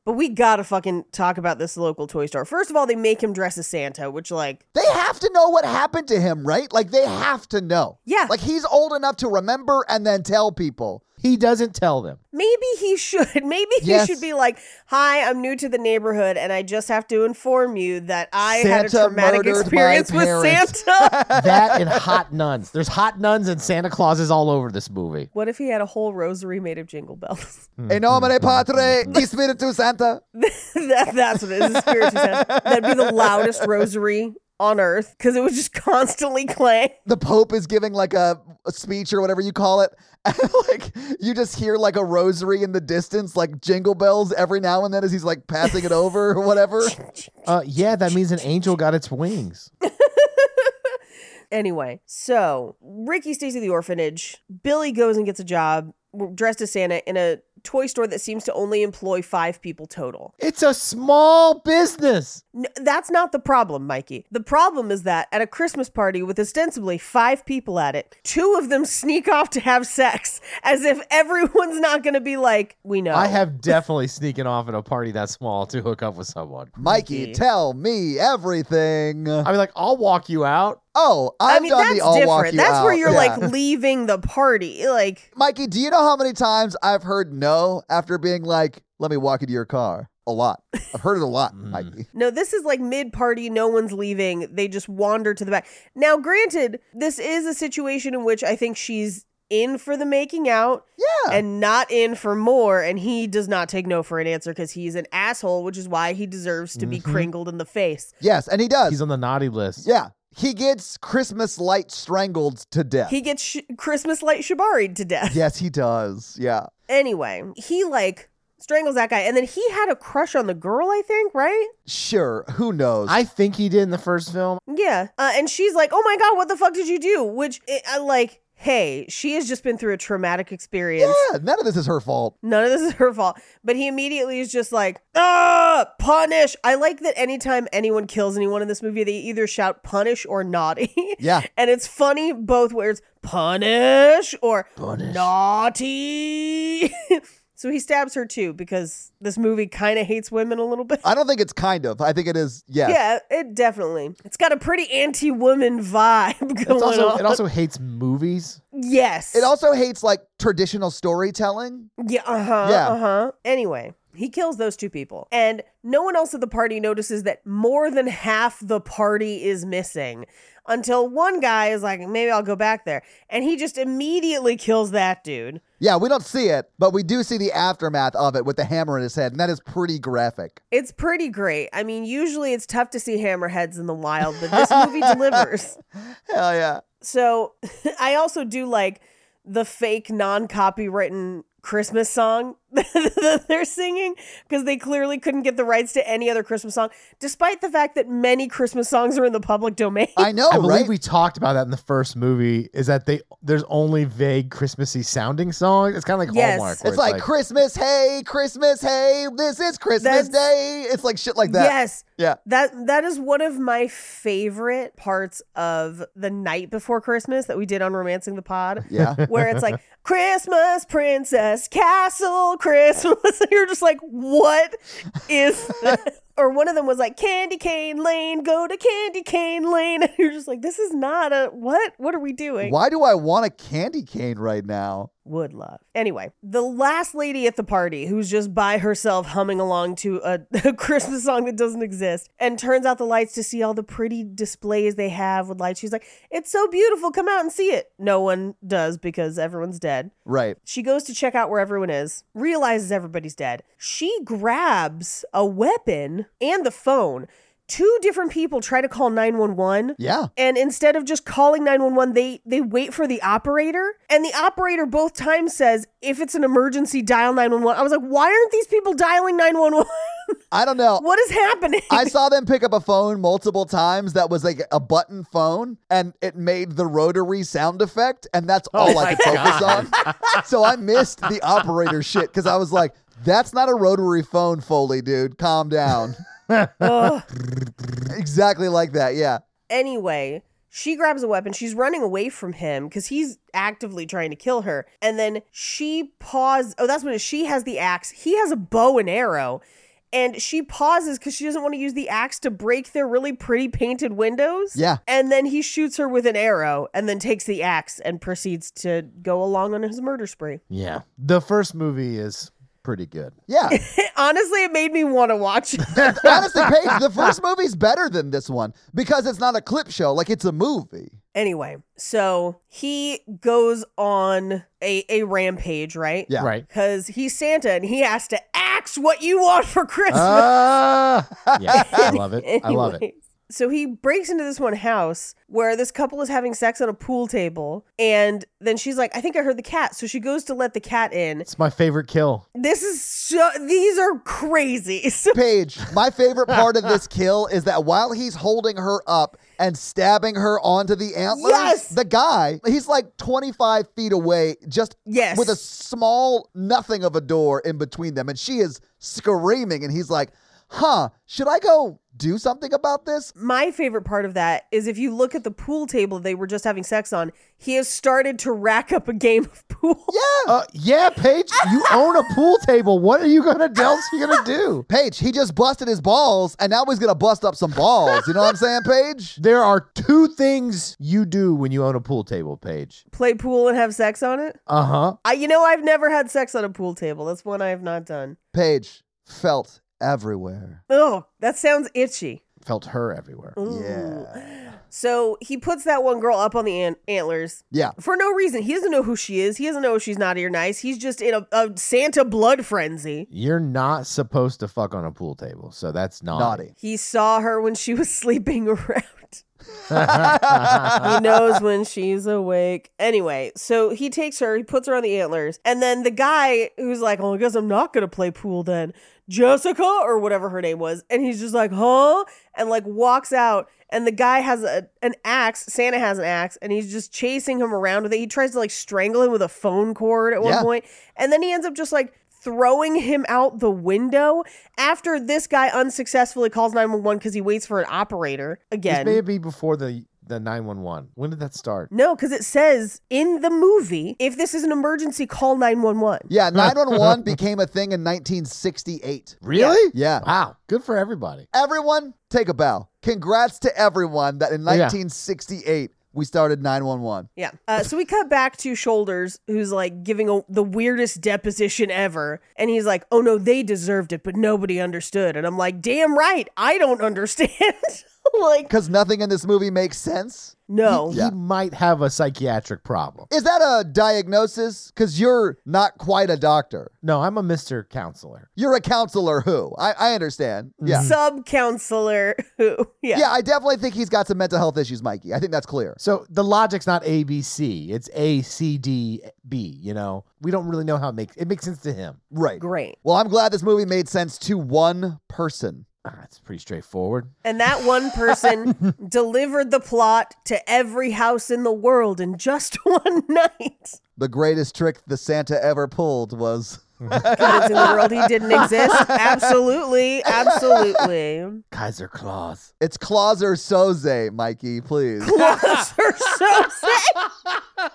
But we gotta fucking talk about this local toy store. First of all, they make him dress as Santa, which like
They have to know what happened to him, right? Like they have to know.
Yeah.
Like he's old enough to remember and then tell people.
he doesn't tell them.
Maybe he *laughs* should. Maybe he
Yes.
should be like, "Hi, I'm new to the neighborhood, and I just have to inform you that I had a
Santa
traumatic
murdered my
experience with
parents." *laughs*
Santa."
That and hot nuns. There's hot nuns and Santa Clauses all over this movie.
what if he had a whole rosary made of jingle bells? *laughs*
E nomine patre, e spiritu santa.
that, that's what it is. the Spiritual Santa. That'd be the loudest rosary on earth because it would just *laughs* constantly clang.
the Pope is giving like a, a speech or whatever you call it, *laughs* and like you just hear like a rosary in the distance, like jingle bells every now and then as he's like passing it over or
*laughs*
whatever.
Uh, yeah, that means an angel got its wings.
Anyway, so Ricky stays at the orphanage. Billy goes and gets a job dressed as Santa in a toy store that seems to only employ five people total.
It's a small business.
N that's not the problem, Mikey. The problem is that at a Christmas party with ostensibly five people at it, two of them *laughs* sneak off to have sex as if everyone's not going to be like, we know.
I have definitely sneaking off at a party that small to hook up with someone.
Mikey, tell me everything.
I mean, like, I'll walk you out.
Oh, I've
I mean,
done
that's
the all walk
different.
you
That's where
out.
you're
Yeah. *laughs*
like leaving the party. Like,
Mikey, do you know how many times I've heard no after being like, let me walk into your car? A lot. I've heard it a
*laughs*
lot,
Mm.
Mikey.
no, this is like mid party. No one's leaving. They just wander to the back. Now, granted, this is a situation in which I think she's in for the making out
Yeah.
and not in for more. And he does not take no for an answer because he's an asshole, which is why he deserves to be
Mm-hmm.
cringled in the face.
yes, and he does.
He's on the naughty list.
yeah. He gets Christmas light strangled to death.
He *laughs* gets sh- Christmas light shibari'd to death.
yes, he does. Yeah.
Anyway, he like strangles that guy. And then he had a crush on the girl, I think, right?
Sure. Who knows?
I think he did in the first film.
Yeah. Uh, and she's like, oh my God, what the fuck did you do? Which, it, I like, hey, she has just been through a traumatic experience.
yeah, none of this is her fault.
None of this is her fault. But he immediately is just like, ah, punish. I like that anytime anyone kills anyone in this movie, they either shout punish or naughty.
Yeah.
*laughs* and it's funny both words, punish or naughty. *laughs* so he stabs her too because this movie kind of hates women a little bit.
I don't think it's kind of. I think it is. Yes.
yeah, it definitely. It's got a pretty anti-woman vibe *laughs* going
It's also,
on.
it also hates movies.
yes.
It also hates like traditional storytelling.
Yeah, uh huh.
Yeah.
Uh huh. Anyway, he kills those two people, and no one else at the party notices that more than half the party is missing until one guy is like, maybe I'll go back there. And he just immediately kills that dude.
Yeah, we don't see it, but we do see the aftermath of it with the hammer in his head, and that is pretty graphic.
It's pretty great. I mean, usually it's tough to see hammerheads in the wild, but this movie delivers.
Hell yeah.
So *laughs* I also do like the fake non copywritten Christmas song *laughs* that they're singing because they clearly couldn't get the rights to any other Christmas song, despite the fact that many Christmas songs are in the public domain.
I know,
I believe
Oh, right?
we talked about that in the first movie. Is that they there's only vague Christmassy sounding songs. It's kind of like
Yes.
Hallmark.
it's like, Christmas, hey, Christmas, hey, this is Christmas
That's-
Day. It's like shit like that.
Yes.
Yeah.
That that is one of my favorite parts of the night before Christmas that we did on Romancing the Pod.
*laughs* Yeah.
Where it's like Christmas Princess Castle Christmas. *laughs* And you're just like, what is that? Or one of them was like Candy Cane Lane, go to Candy Cane Lane. *laughs* And you're just like, this is not a what? What are we doing?
Why do I want a candy cane right now?
Would love. Anyway, the last lady at the party who's just by herself humming along to a, *laughs* a Christmas song that doesn't exist and turns out the lights to see all the pretty displays they have with lights. She's like, It's so beautiful. Come out and see it. No one does because everyone's dead.
Right.
She goes to check out where everyone is, realizes everybody's dead. She grabs a weapon and the phone. Two different people try to call 911
Yeah.
and instead of just calling 911 they they wait for the operator and the operator both times says if it's an emergency dial 911 i was like why aren't these people dialing 911
I don't know.
*laughs* what is happening
I saw them pick up a phone multiple times that was like a button phone and it made the rotary sound effect and that's all I could focus on. So I missed the operator shit because I was like, that's not a rotary phone, Foley, dude. Calm down.
*laughs* Ugh.
exactly like that. Yeah.
anyway she grabs a weapon she's running away from him because he's actively trying to kill her and then she paws oh that's what it is she has the axe he has a bow and arrow and she pauses because she doesn't want to use the axe to break their really pretty painted windows
Yeah.
And then he shoots her with an arrow and then takes the axe and proceeds to go along on his murder spree.
yeah, the first movie is pretty good.
Yeah.
Honestly, it made me want to watch. it. *laughs*
Honestly, Paige, the first movie's better than this one because it's not a clip show. Like it's a movie.
anyway, so he goes on a, a rampage, right?
Yeah. *laughs*
*laughs* Right.
Because he's Santa and he has to axe what you want for Christmas.
Ah, yeah, I love it. I love it.
*laughs* Anyways, So he breaks into this one house where this couple is having sex on a pool table. And then she's like, I think I heard the cat. So she goes to let the cat in.
It's my favorite kill.
This is so, these are crazy. *laughs* So
Paige, my favorite part of this kill is that while he's holding her up and stabbing her onto the antlers,
Yes!
the guy, he's like 25 feet away, just
Yes.
with a small nothing of a door in between them. And she is screaming, and he's like, huh, should I go do something about this?
my favorite part of that is if you look at the pool table they were just having sex on, he has started to rack up a game of pool.
Yeah.
Uh, yeah, Paige, you own a pool table. What are you gonna else you gonna do?
Paige, he just busted his balls, and now he's going to bust up some balls. You know what I'm saying, Paige?
There are two things you do when you own a pool table, Paige.
*laughs* Play pool and have sex on it.
Uh huh.
I, you know, I've never had sex on a pool table. That's one I have not done.
Paige felt everywhere.
Oh, that sounds itchy.
Mm.
Felt her everywhere.
Ooh.
Yeah.
So he puts that one girl up on the ant- antlers
Yeah.
for no reason. He doesn't know who she is. He doesn't know if she's naughty or nice. He's just in a, a Santa blood frenzy.
You're not supposed to fuck on a pool table, so that's not
Naughty.
He saw her when she was *laughs* sleeping around.
*laughs*
*laughs* he knows when she's awake. Anyway, so he takes her, he puts her on the antlers, and then the guy who's like, "Well, I guess I'm not gonna play pool then." Jessica or whatever her name was, and he's just like, "Huh?" and like walks out. And the guy has a an axe. Santa has an axe, and he's just chasing him around with it. He tries to like strangle him with a phone cord at one
Yeah.
point, and then he ends up just like throwing him out the window after this guy unsuccessfully calls 911 because he waits for an operator again.
Maybe before the the nine one one. When did that start?
No, because it says in the movie, if this is an emergency, call 911.
Yeah, 911 became a thing in 1968.
Really?
Yeah.
Wow. Good for everybody.
Everyone, take a bow. Congrats to everyone that in
Yeah.
1968 we started 911.
Yeah. Uh, so we cut back to Shoulders, who's like giving a, the weirdest deposition ever. And he's like, oh no, they deserved it, but nobody understood. And I'm like, damn right, I don't *laughs* understand. like,
Because nothing in this movie makes sense.
no.
He might have a psychiatric problem.
Is that a diagnosis? Because you're not quite a doctor.
No, I'm a Mr. Counselor.
You're a counselor who? I, I understand. Yeah.
Sub counselor who, yeah.
Yeah, I definitely think he's got some mental health issues, Mikey. I think that's clear.
So the logic's not A B C. It's A C D B. You know, we don't really know how it makes it makes sense to him.
Right.
Great.
Well, I'm glad this movie made sense to one person.
Ah, it's pretty straightforward.
And that
*laughs*
one person delivered the plot to every house in the world in just *laughs* one night.
The greatest trick the Santa ever pulled was
convincing the world he didn't *laughs* exist. Absolutely, absolutely.
Kaiser Claus.
it's Clauser Soze, Mikey, please.
*laughs* Claws are so sick.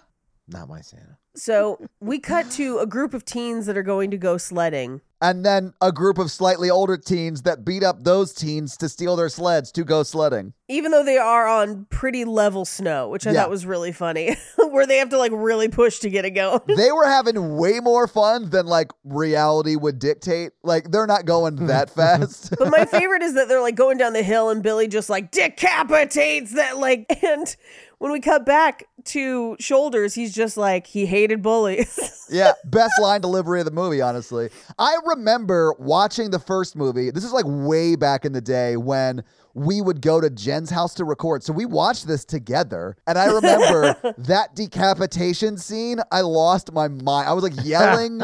Not my Santa.
So we cut to a group of teens that are going to go sledding.
and then a group of slightly older teens that beat up those teens to steal their sleds to go sledding.
Even though they are on pretty level snow, which I
Yeah.
thought was really funny, *laughs* where they have to like really push to get it going.
They were having way more fun than like reality would dictate. Like they're not going that fast.
But my favorite is that they're like going down the hill and Billy just like decapitates that like *laughs* and when we cut back to shoulders, he's just like he hated bullies. *laughs*
yeah, best line delivery of the movie, honestly. I remember watching the first movie. This is like way back in the day when we would go to Jen's house to record. So we watched this together. And I
*laughs*
remember that decapitation scene, I lost my mind. I was like yelling in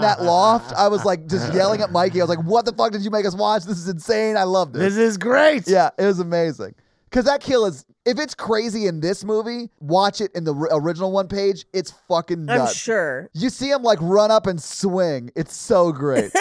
that loft. I was like just yelling at Mikey. I was like, what the fuck did you make us watch? This is insane. I loved it.
This is great.
Yeah, it was amazing. Because that kill is, if it's crazy in this movie, watch it in the r- original one page. It's fucking
I'm
nuts.
sure.
You see him like run up and swing. It's so great.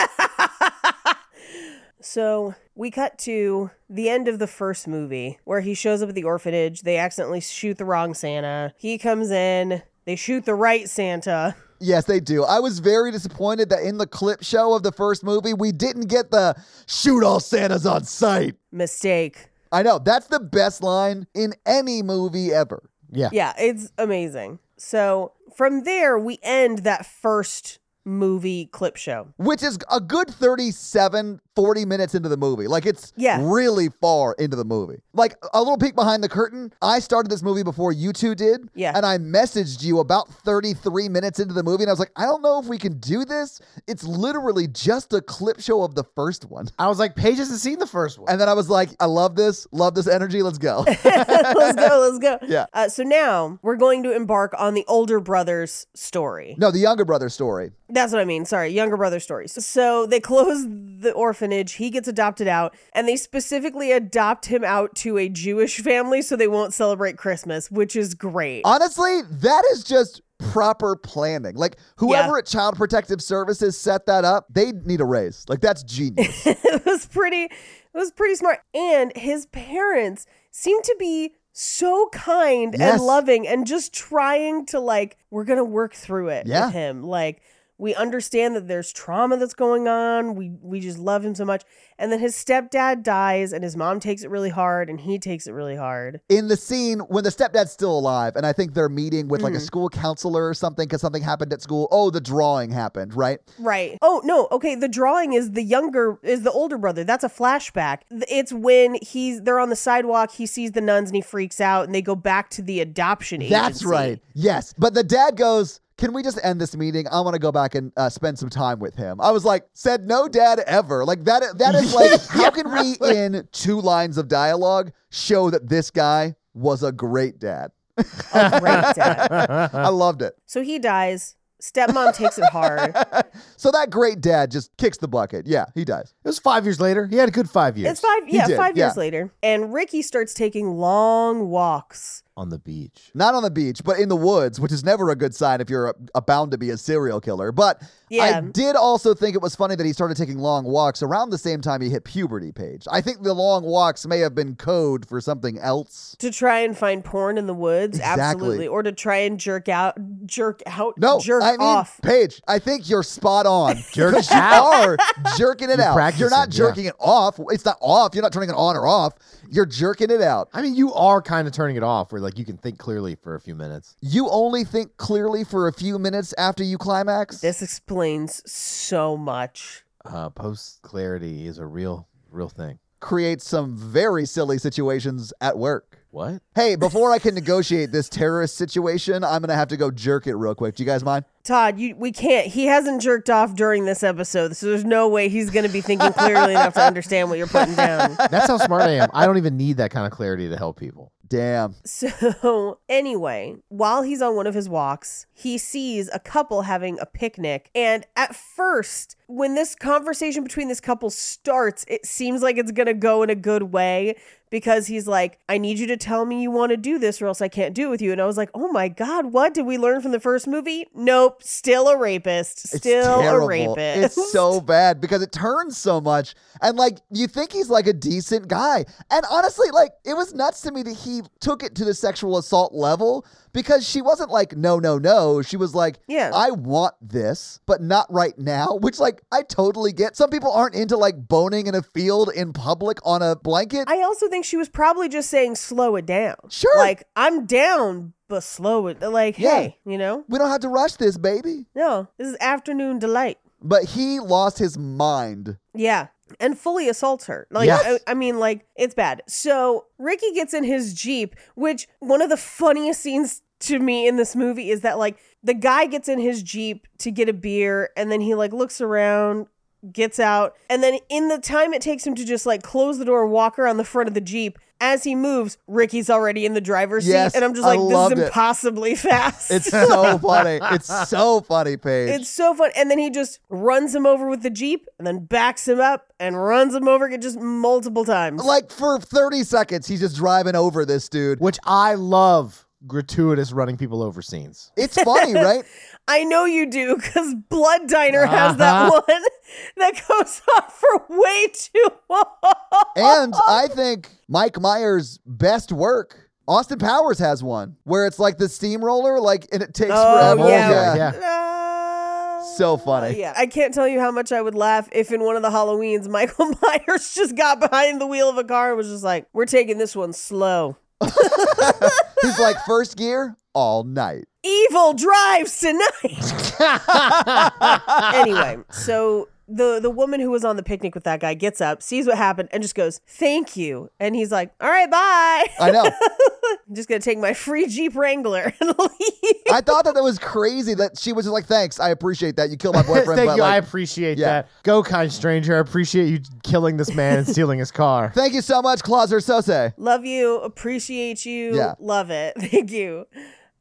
So we cut to the end of the first movie where he shows up at the orphanage. They accidentally shoot the wrong Santa. He comes in. They shoot the right Santa.
yes, they do. I was very disappointed that in the clip show of the first movie, we didn't get the shoot all Santas on sight.
Mistake.
I know, that's the best line in any movie ever.
Yeah.
Yeah, it's amazing. So from there, we end that first movie clip show. *laughs*
Which is a good 37, 40 minutes into the movie. Like, it's
Yeah.
really far into the movie. Like, a little peek behind the curtain. I started this movie before you two did.
Yeah.
And I messaged you about 33 minutes into the movie. And I was like, I don't know if we can do this. It's literally just a clip show of the first one.
I was like, Paige hasn't seen the first one.
And then I was like, I love this, love this energy. Let's
*laughs*
go.
let's go, let's go.
Yeah.
Uh, so now we're going to embark on the older brother's story.
no, the younger brother story.
That's what I mean. Sorry, younger brother stories. So they close the orphanage. He gets adopted out, and they specifically adopt him out to a Jewish family so they won't celebrate Christmas, which is great.
Honestly, that is just proper planning. Like whoever
Yeah.
at Child Protective Services set that up, they need a raise. Like that's genius.
*laughs* it was pretty. It was pretty smart. And his parents seem to be so kind
Yes.
and loving, and just trying to like, we're gonna work through it
Yeah.
with him. Like. We understand that there's trauma that's going on. We we just love him so much. And then his stepdad dies and his mom takes it really hard and he takes it really hard.
in the scene when the stepdad's still alive and i think they're meeting with
Mm-hmm.
like a school counselor or something because something happened at school oh the drawing happened right
Right. Oh, no. Okay, the drawing is the younger is the older brother. That's a flashback. Th- It's when he's they're on the sidewalk, he sees the nuns and he freaks out and they go back to the adoption agency.
that's right yes but the dad goes can we just end this meeting i want to go back and uh, spend some time with him i was like said no dad ever like that that is like
*laughs*
how can we in two lines of dialogue show that this guy was a great dad *laughs*
A great dad.
i loved it
So he dies. Stepmom takes it
*laughs*
hard.
so that great dad just kicks the bucket yeah he dies
It was five years later. He had a good five years
It's five, yeah,
did,
five years
yeah.
later, and Ricky starts taking long walks.
on the beach.
Not on the beach, but in the woods, which is never a good sign if you're a, bound to be a serial killer. But I
Yeah.
did also think it was funny that he started taking long walks around the same time he hit puberty, Paige. I think the long walks may have been code for something else.
To try and find porn in the woods,
Exactly.
absolutely, or to try and jerk out, jerk out,
No,
jerk
I mean,
off.
Paige, I think you're spot on.
*laughs* Jerk
'Cause you
out.
are jerking it
You
out.
practice
You're not
it, yeah.
jerking it off. It's not off. You're not turning it on or off. You're jerking it out.
I mean, you are kind of turning it off where like you can think clearly for a few minutes.
You only think clearly for a few minutes after you climax.
This explains so much.
Uh, post clarity is a real, real thing.
creates some very silly situations at work.
What?
Hey, before I can negotiate this terrorist situation, I'm gonna have to go jerk it real quick. Do you guys mind?
Todd, you we can't. He hasn't jerked off during this episode, so there's no way he's going to be thinking clearly enough to understand what you're putting
*laughs*
down.
That's how smart I am. I don't *laughs* even need that kind of clarity to help people.
Damn.
So, anyway, while he's on one of his walks, he sees a couple having a picnic. And at first, when this conversation between this couple starts, it seems like it's going to go in a good way because he's like, I need you to tell me you want to do this or else I can't do it with you. And I was like, oh my God, what did we learn from the first movie? Nope, still a rapist.
It's
Still
terrible.
a rapist.
It's so bad because it turns so much. And like you think he's like a decent guy. And honestly, like it was nuts to me that he took it to the sexual assault level because she wasn't like, no, no, no. She was like,
Yeah.
I want this, but not right now, which like I totally get. Some people aren't into like boning in a field in public on a blanket.
I also think she was probably just saying, slow it down.
Sure.
Like, I'm down, but slow it. Like,
Yeah.
hey, you know?
we don't have to rush this, baby.
No, this is afternoon delight.
But he lost his mind.
Yeah. And fully assaults her. Like,
Yes.
I, I mean, like, it's bad. So Ricky gets in his Jeep, which one of the funniest scenes to me in this movie is that, like, the guy gets in his Jeep to get a beer and then he, like, looks around, gets out. And then in the time it takes him to just, like, close the door, walk around the front of the Jeep, as he moves, Ricky's already in the driver's
Yes,
seat. And I'm just
I
like, this
loved
is
it.
impossibly *laughs* fast.
It's
*laughs*
so funny. It's so funny, Paige.
It's so fun. And then he just runs him over with the Jeep and then backs him up and runs him over just multiple times.
like for 30 seconds, he's just driving over this dude.
Which I love gratuitous running people over scenes.
It's
*laughs*
funny, right?
I know you do because Blood Diner has that
Uh-huh.
one *laughs* that goes *laughs* on for way too long.
And I think Mike Myers' best work. Austin Powers has one where it's like the steamroller, like, and it takes
Oh,
forever.
yeah.
Yeah.
Uh,
So funny.
Yeah, I can't tell you how much I would laugh if in one of the Halloweens *laughs* Michael Myers just got behind the wheel of a car and was just like, "We're taking this one slow."
He's like first gear all night.
evil drives tonight.
*laughs*
anyway, so the the woman who was on the picnic with that guy gets up, sees what happened, and just goes, "Thank you." And he's like, "All right, bye. *laughs*
I know.
I'm just gonna take my free Jeep Wrangler *laughs* and leave."
I thought that that was crazy that she was just like, thanks, I appreciate that. You killed
*laughs*
my boyfriend.
Thank
but
you. I
like,
appreciate
yeah.
that. Go, kind stranger. I appreciate you killing this man and stealing his car.
thank you so much, Claus or Sose.
Love you, appreciate you,
Yeah.
love it. *laughs* Thank you.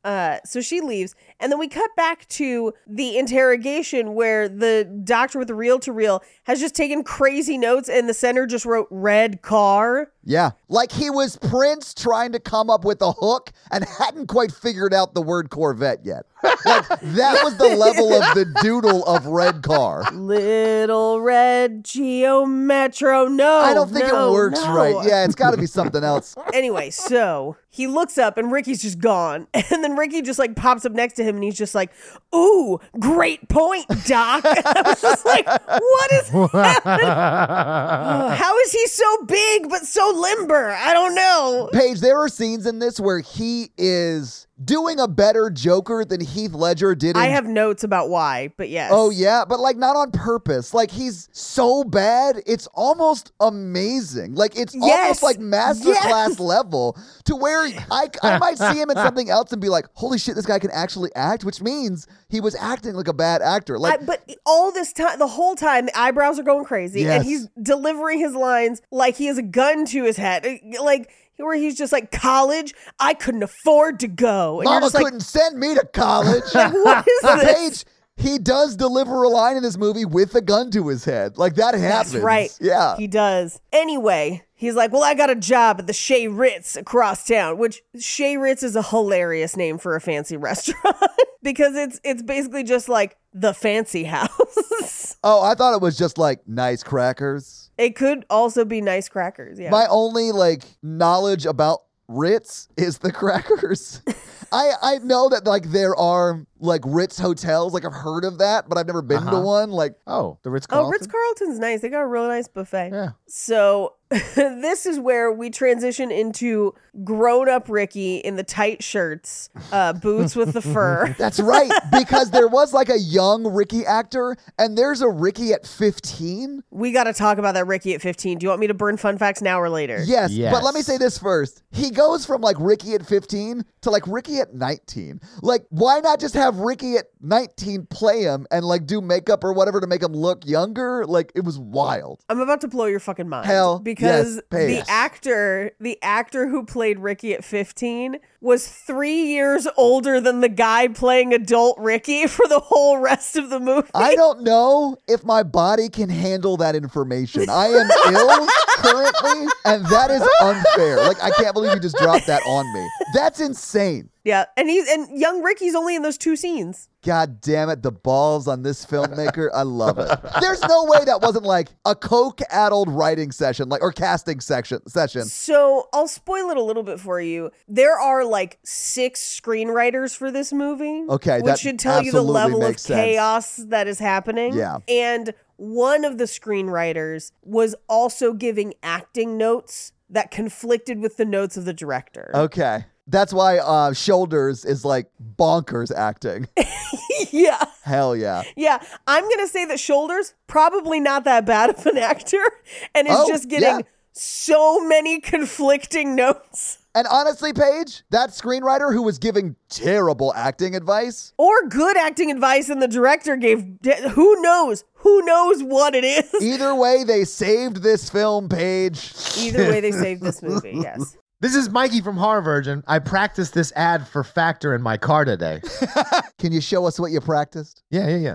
Uh, so she leaves, and then we cut back to the interrogation where the doctor with the reel to reel has just taken crazy notes, and the center just wrote red car.
Yeah. Like he was Prince trying to come up with a hook and hadn't quite figured out the word Corvette yet. Like that was the level of the doodle of red car.
Little red Geo Metro. No,
I don't think
no,
it works
no.
right. Yeah, it's got to be something else.
Anyway, so he looks up and Ricky's just gone, *laughs* and then Ricky just like pops up next to him and he's just like, "Ooh, great point, Doc." *laughs* And I was just like,
*laughs*
"What is? How is he so big but so limber? I don't know."
Paige, there are scenes in this where he is doing a better Joker than Heath Ledger did in
I have notes about why, but yes.
Oh yeah, but like not on purpose. Like he's so bad, it's almost amazing. Like it's almost
Yes.
like masterclass
Yes.
level to where I, I might see
*laughs*
him in something else and be like, "Holy shit, this guy can actually act," which means he was acting like a bad actor.
I,
Like
but all this time, the whole time, the eyebrows are going crazy,
Yes.
and he's delivering his lines like he has a gun to his head, like where he's just like, "College, I couldn't afford to go," and you're
Mama
just like,
couldn't send me to college.
*laughs*
*laughs*
"What is this?"
Paige, he does deliver a line in this movie with a gun to his head. Like that happens.
That's right.
Yeah.
he does. Anyway, he's like, "Well, I got a job at the Shea Ritz across town," which Shea Ritz is a hilarious name for a fancy *laughs* restaurant because it's it's basically just like the fancy house. *laughs*
oh, I thought it was just like nice crackers.
it could also be nice crackers. Yeah.
My only like knowledge about Ritz is the *laughs*
*laughs*
crackers. I I know that like there are like Ritz hotels. Like I've heard of that, but I've never been to
Uh-huh.
one.
*laughs*
Like
*laughs* Oh, the Ritz
Oh,
Carlton.
Ritz Carlton's nice. They got a real nice buffet.
Yeah.
So *laughs* this is where we transition into grown-up Ricky in the tight shirts, uh, boots with the fur.
that's right because there was like a young Ricky actor, and there's a Ricky at 15.
We got to talk about that Ricky at 15. Do you want me to burn fun facts now or later?
Yes, but let
Yes.
me say this first. He goes from like Ricky at 15 to like Ricky at 19. Like why not just have Ricky at 19 play him and like do makeup or whatever to make him look younger? Like it was wild.
I'm about to blow your fucking mind.
Hell
because
yes,
the
Paige.
actor, the actor who played Ricky at 15 was 3 years older than the guy playing adult Ricky *laughs* for the whole rest of the movie.
I don't know if my body can handle that information. I am ill currently, and that is unfair. Like, I can't believe you just dropped that on me. That's insane.
yeah, and he's and young Ricky's only in those two scenes.
God damn it, the balls on this filmmaker. I love it. There's no way that wasn't like a coke addled writing session, like or casting section session.
So I'll spoil it a little bit for you. There are like six screenwriters for this movie.
Okay,
which
that
should tell you the
absolutely
level of
makes sense.
chaos that is happening.
Yeah.
and one of the screenwriters was also giving acting notes that conflicted with the notes of the director.
Okay. That's why uh, Shoulders is like bonkers acting.
*laughs* yeah,
Hell yeah.
yeah. I'm gonna say that Shoulders probably not that bad of an actor, and is
Oh,
just getting
yeah.
so many conflicting *laughs* notes.
And honestly, Paige, that screenwriter who was giving terrible acting advice
or good acting advice and the director gave de- who knows who knows what
*laughs*
it is
Either way, they saved this film, Paige.
either way they saved this movie yes
This is Mikey from Horror Virgin. I practiced this ad for Factor in my car today.
Can you show us what you practiced?
*laughs* Yeah, yeah, yeah.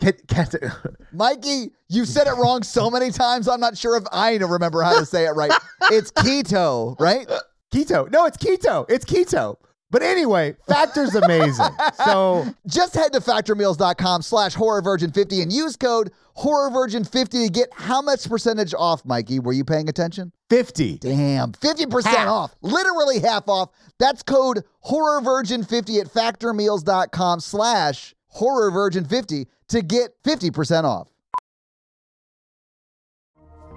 Ket- *laughs* keto.
Mikey, you said it wrong so many times, I'm not sure if I remember how to say it right. It's keto, right?
keto. No, it's keto. It's keto. But anyway, Factor's amazing. so
Just head to factormeals.com slash horrorvirgin50 and use code horrorvirgin50 to get how much percentage off, Mikey? Were you paying attention?
50.
Damn, 50%
Half.
off. Literally half off. That's code horrorvirgin50 at factormeals.com slash horrorvirgin50 to get 50% off.
*laughs*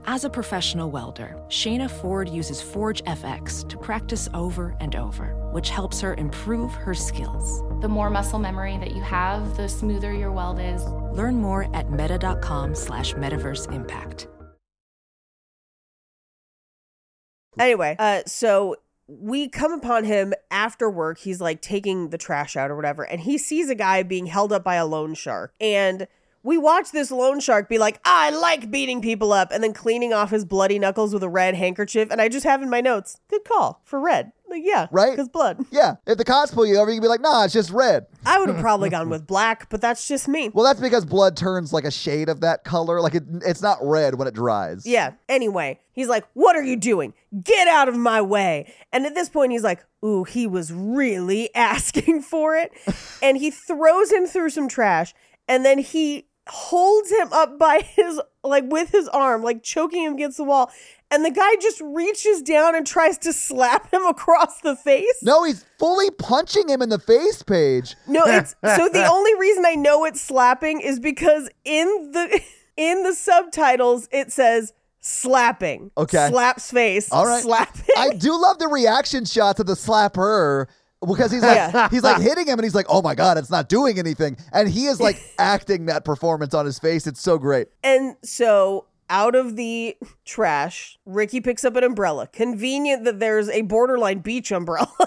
As a professional welder, Shayna Ford uses Forge FX to practice over and over, which helps her improve her skills.
The more muscle memory that you have, the smoother your weld is.
Learn more at meta.com slash metaverse impact.
Anyway, uh, so we come upon him after work. He's like taking the trash out or whatever, and he sees a guy being held up by a loan shark. And we watch this loan shark be like, "Ah, I like beating people up, and then cleaning off his bloody knuckles with a red handkerchief. And I just have in my notes, good call for red. Like, yeah,
Right?
Because blood.
Yeah, if the cops pull you over, you can be like, nah, it's just red.
I would have probably gone with black, but that's just me.
Well, that's because blood turns like a shade of that color. Like it, it's not red when it dries.
Yeah. Anyway, he's like, What are you doing? Get out of my way. And at this point, he's like, Ooh, he was really *laughs* asking for it. and he throws him through some trash. And then he holds him up by *laughs* his, like, with his arm, like choking him against the wall. And the guy just reaches down and tries to slap him *laughs* across the face.
No, he's fully punching him in the face, Paige.
No, it's so
*laughs*
the only reason I know it's slapping is because in the *laughs* in the subtitles it says slapping.
Okay.
Slaps face.
All right.
Slapping.
I do love the reaction shots of the slapper because he's like
Yeah.
he's like hitting him and he's like, "Oh my god, it's not doing anything." And he is
*laughs*
like acting that performance on his face. It's so great.
*laughs* and so out of the trash, Ricky picks up an umbrella. Convenient that there's a borderline beach umbrella *laughs*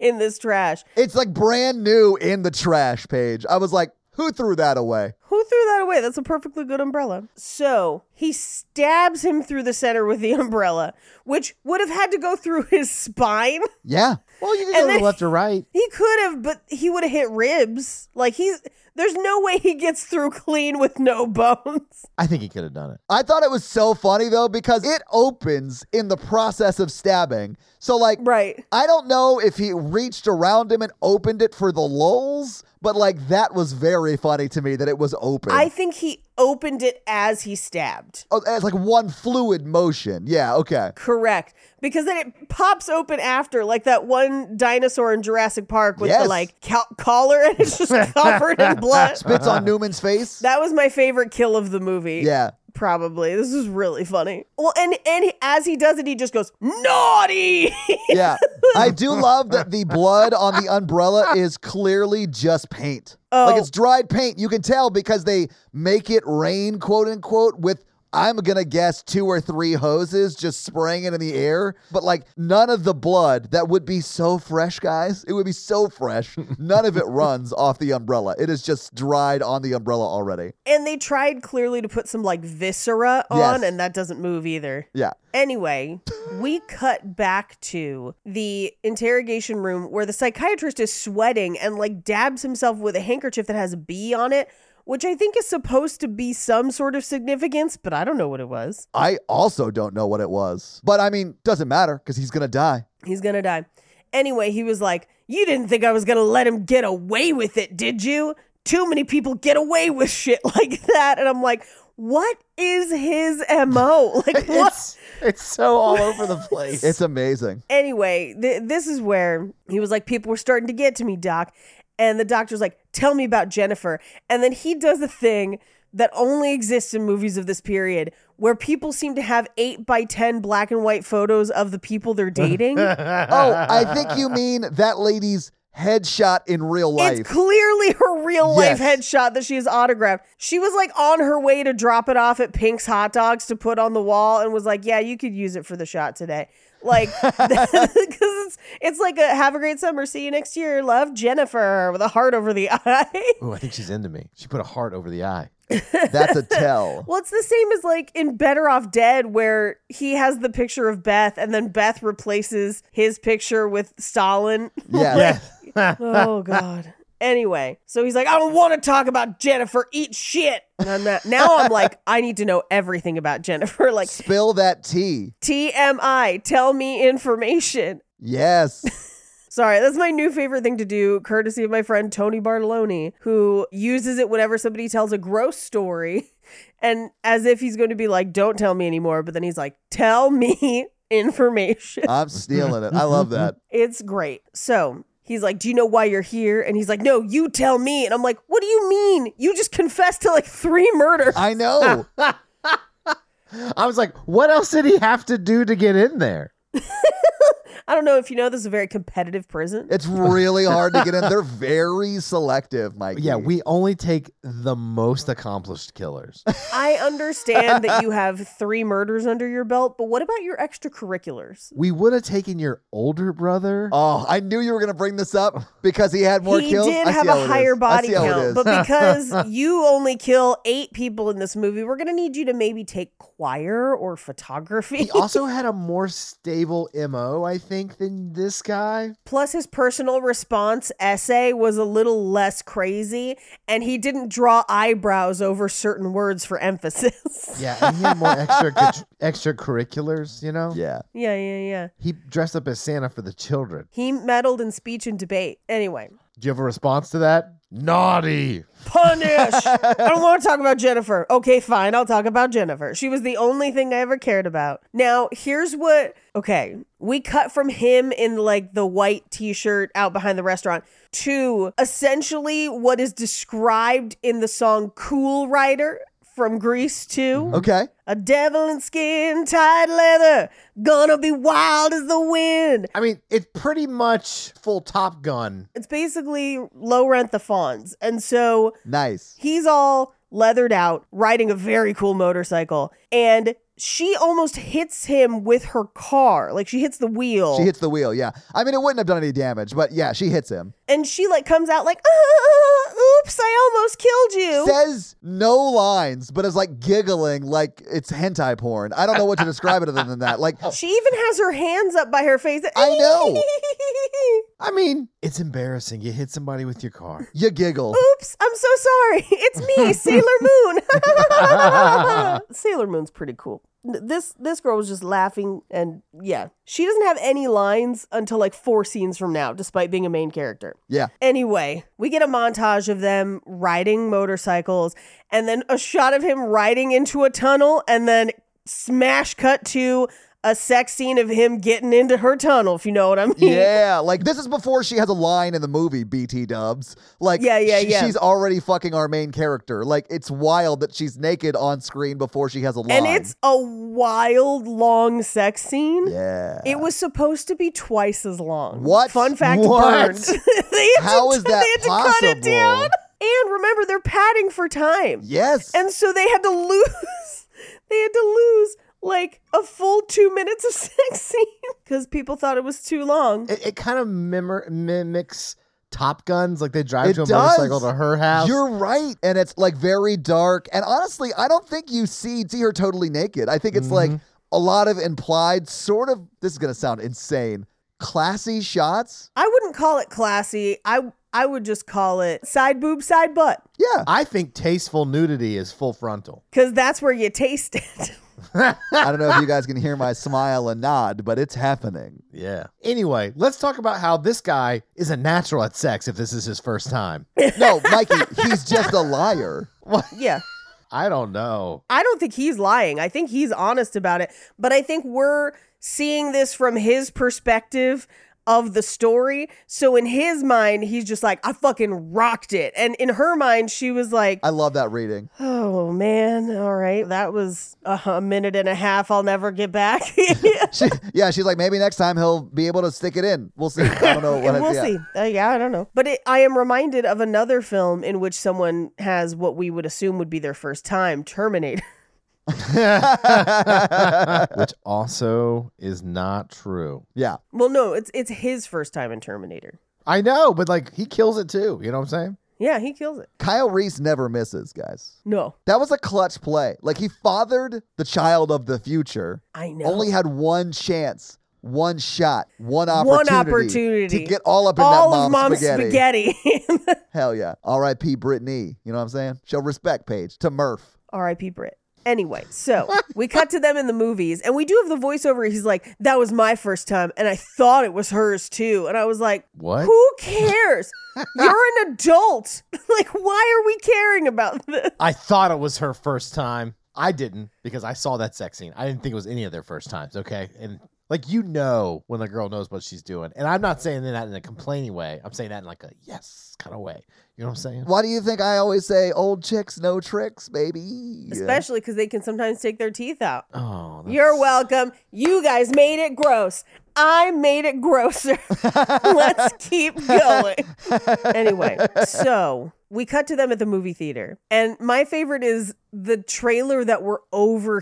in this trash.
It's like brand new in the trash, Paige. I was like, "Who threw that away?"
Who threw that away? That's a perfectly good umbrella. So he stabs him through the center with the *laughs* umbrella, which would have had to go through his spine.
Yeah.
Well, you can
*laughs* And
go to
then-
the left or right.
He could have, but he would have hit ribs. Like he's there's no way he gets through clean with no bones.
I think he could have done it.
I thought it was so funny though because it opens in the process of stabbing. So like
Right.
I don't know if he reached around him and opened it for the lulls, but like that was very funny to me that it was open.
I think he opened it as he stabbed.
oh, it's like one fluid motion. Yeah, okay.
Correct. Because then it pops open after, like that one dinosaur in Jurassic Park with
Yes.
the like col- collar and it's
*laughs*
just covered in blood.
Spits on Newman's face.
That was my favorite kill of the movie.
yeah.
Probably. This is really funny. Well, and and he- as he does it, he just goes, naughty. *laughs*
Yeah. I do love that the blood on the umbrella is clearly just paint. Like it's dried paint. You can tell because they make it rain, quote unquote, with I'm going to guess two or three hoses just spraying it in the air. But like none of the blood that would be so fresh, guys. It would be so fresh. None of it runs off the umbrella. It is just dried on the umbrella already.
And they tried clearly to put some like viscera on,
Yes.
and that doesn't move either.
Yeah.
Anyway, we cut back to the interrogation room where the psychiatrist is sweating and like dabs himself with a handkerchief that has a bee on it, which I think is supposed to be some sort of significance, but I don't know what it was.
I also don't know what it was. But I mean, doesn't matter because he's going to die.
He's gonna die. Anyway, he was like, You didn't think I was gonna let him get away with it, did you? Too many people get *laughs* away with shit like that. And I'm like, What is his MO? Like, what?
*laughs* It's, it's so all over
*laughs*
the place.
It's amazing.
anyway, th- this is where he was like, People were starting to get to me, Doc. And the doctor's like, Tell me about Jennifer. And then he does a thing that only exists in movies of this period where people seem to have 8 by 10 black and white photos of the people they're dating.
Oh, I think you mean that lady's headshot in real life.
It's clearly her real life
Yes.
headshot that she is autographed. She was like on her way to drop it off at Pink's Hot Dogs to put on the wall and was like, "Yeah, you could use it for the shot today." Like *laughs* because it's it's like a have a great summer, see you next year, love Jennifer with a heart over the *laughs* eye.
oh, I think she's into me. She put a heart over the eye.
That's a
*laughs*
tell.
Well, it's the same as like in Better Off Dead, where he has the picture of Beth, and then Beth replaces his picture with Stalin.
Yeah.
oh god anyway so he's like i don't want to talk about jennifer eat shit and I'm not, now i'm like i need to know everything about jennifer *laughs* like
Spill that tea.
tmi tell me information
Yes.
Sorry, that's my new favorite thing to do, courtesy of my friend Tony Bartoloni, who uses it whenever somebody tells a gross story. *laughs* And as if he's going to be like, don't tell me anymore. But then he's like, tell me *laughs* information.
I'm stealing it. I love that.
It's great. So he's like, Do you know why you're here? And he's like, No, you tell me. And I'm like, What do you mean? You just confessed to like three murders.
I know.
I was like, what else did he have to do to get in there?
I don't know if you know this is a very
*laughs*
competitive prison.
It's really hard to get in. They're very selective, Mike.
Yeah, we only take the most
*laughs*
accomplished killers.
I understand that you have three murders under your belt, but what about your extracurriculars?
we would have taken your older brother.
Oh, I knew you were going to bring this up because he had more
he
kills.
did
I see
have
how it
a
is.
higher
I
body
see how it
count,
is. *laughs*
but because you only kill eight people in this movie, we're gonna need you to maybe take choir or photography.
he also had a more stable MO, I think, than this guy.
Plus, his personal response essay was a little less crazy, and he didn't draw eyebrows over certain words for emphasis. *laughs*
Yeah, and he
*laughs*
had more extra extracurriculars, you know?
yeah.
yeah, yeah, yeah.
He dressed up as Santa for the children.
He meddled in speech and debate. Anyway,
Do you have a response to that? Naughty.
punish. *laughs* I don't want to talk about Jennifer. Okay, fine. I'll talk about Jennifer. She was the only thing I ever cared about. Now, here's what. Okay, we cut from him in like the white t shirt out behind the restaurant to essentially what is described in the song Cool Rider from Grease 2.
Okay.
A devil in skin, tight leather, gonna be wild as the wind.
I mean, it's pretty much full Top Gun.
It's basically low rent the fawns. And so
Nice.
he's all leathered out, riding a very cool motorcycle. And she almost hits him with her car. Like she hits the wheel.
She hits the wheel. Yeah. I mean, it wouldn't have done any damage, but yeah, she hits him.
and she like comes out like, "Ah, oops, I almost killed you.
Says no lines, but is like giggling like it's hentai porn. I don't know what to describe it other than that. Like,
*laughs* she even has her hands up by her face.
I know.
I mean, it's embarrassing. You hit somebody with
*laughs*
your car.
you giggle.
*laughs* Oops, I'm so sorry. *laughs* It's me, Sailor Moon. *laughs* Sailor Moon's pretty cool. N- This this girl was just laughing and yeah. She doesn't have any lines until like 4 scenes from now despite being a main character.
Yeah.
Anyway, we get a montage of them riding motorcycles and then a shot of him riding into a tunnel and then smash cut to a sex scene of him getting into her tunnel, if you know what I mean.
Yeah, like this is before she has a line in the movie BT Dubs. Like,
Yeah, yeah,
she-
yeah.
She's already fucking our main character. Like, it's wild that she's naked on screen before she has a line.
And it's a wild long sex scene.
yeah.
It was supposed to be twice as long.
What?
Fun fact
What?
burned. *laughs* they had
How
to,
is that
they had to cut it
possible?
down. And remember, they're padding for time.
yes.
And so they had to lose *laughs* they had to lose like a full two minutes of *laughs* sex scene because people thought it was too long.
It, it kind of mimir- mimics Top Guns. Like they drive
It
to a
does.
motorcycle to her house.
You're right. And it's like very dark. And honestly, I don't think you see see her totally naked. I think
Mm-hmm.
it's like a lot of implied sort of this is going to sound insane. Classy shots?
I wouldn't call it classy. I I would just call it side boob, side butt.
Yeah.
I think tasteful nudity is full frontal.
Because that's where you taste it. *laughs*
I don't know if you guys can hear my smile and nod, but it's happening.
Yeah. Anyway, let's talk about how this guy is a natural at sex if this is his first time.
No, Mikey, he's just a liar.
yeah.
I don't know.
I don't think he's lying. I think he's honest about it. But I think we're seeing this from his perspective of the story. So in his mind, he's just like, I fucking rocked it. And in her mind, she was like,
I love that reading.
oh man, all right, that was uh, a minute and a half. I'll never get
*laughs*
back. *laughs*
She, yeah, she's like, maybe next time he'll be able to stick it in. We'll see. I don't know
*laughs*
what it-
we'll
yeah.
see. Uh, yeah, I don't know. But it, I am reminded of another film in which someone has what we would assume would be their first time, Terminator. *laughs*
*laughs* Which also is not true.
*laughs* Yeah.
well, no, it's it's his first time in Terminator.
I know, but like he kills it too. You know what I'm saying?
Yeah, he kills it.
Kyle Reese never misses, guys.
No,
That was a clutch play. Like he fathered the child of the future.
I know.
Only had one chance, one shot, one
One
opportunity,
opportunity.
to get all up in
all
that mom's,
of mom's
spaghetti.
spaghetti. *laughs*
Hell yeah. R.I.P. Brittany. You know what I'm saying? Show respect, Paige, to Murph.
R.I.P. Brit. Anyway, so we cut to them in the movies, and we do have the voiceover. He's like, "That was my first time, and I thought it was hers too." And I was like,
What?
Who cares? You're an adult. *laughs* like, why are we caring about this?"
I thought it was her first time. I didn't because I saw that sex scene. I didn't think it was any of their first times. Okay. And like, you know, when the girl knows what she's doing. And I'm not saying that in a complaining way. I'm saying that in like a yes kind of way. You know what I'm saying?
Why do you think I always say old chicks, no tricks, baby?
Especially because they can sometimes take their teeth out.
Oh, that's-
You're welcome. You guys made it gross. I made it grosser. *laughs* Let's keep going. Anyway, so we cut to them at the movie theater. And my favorite is the trailer that we're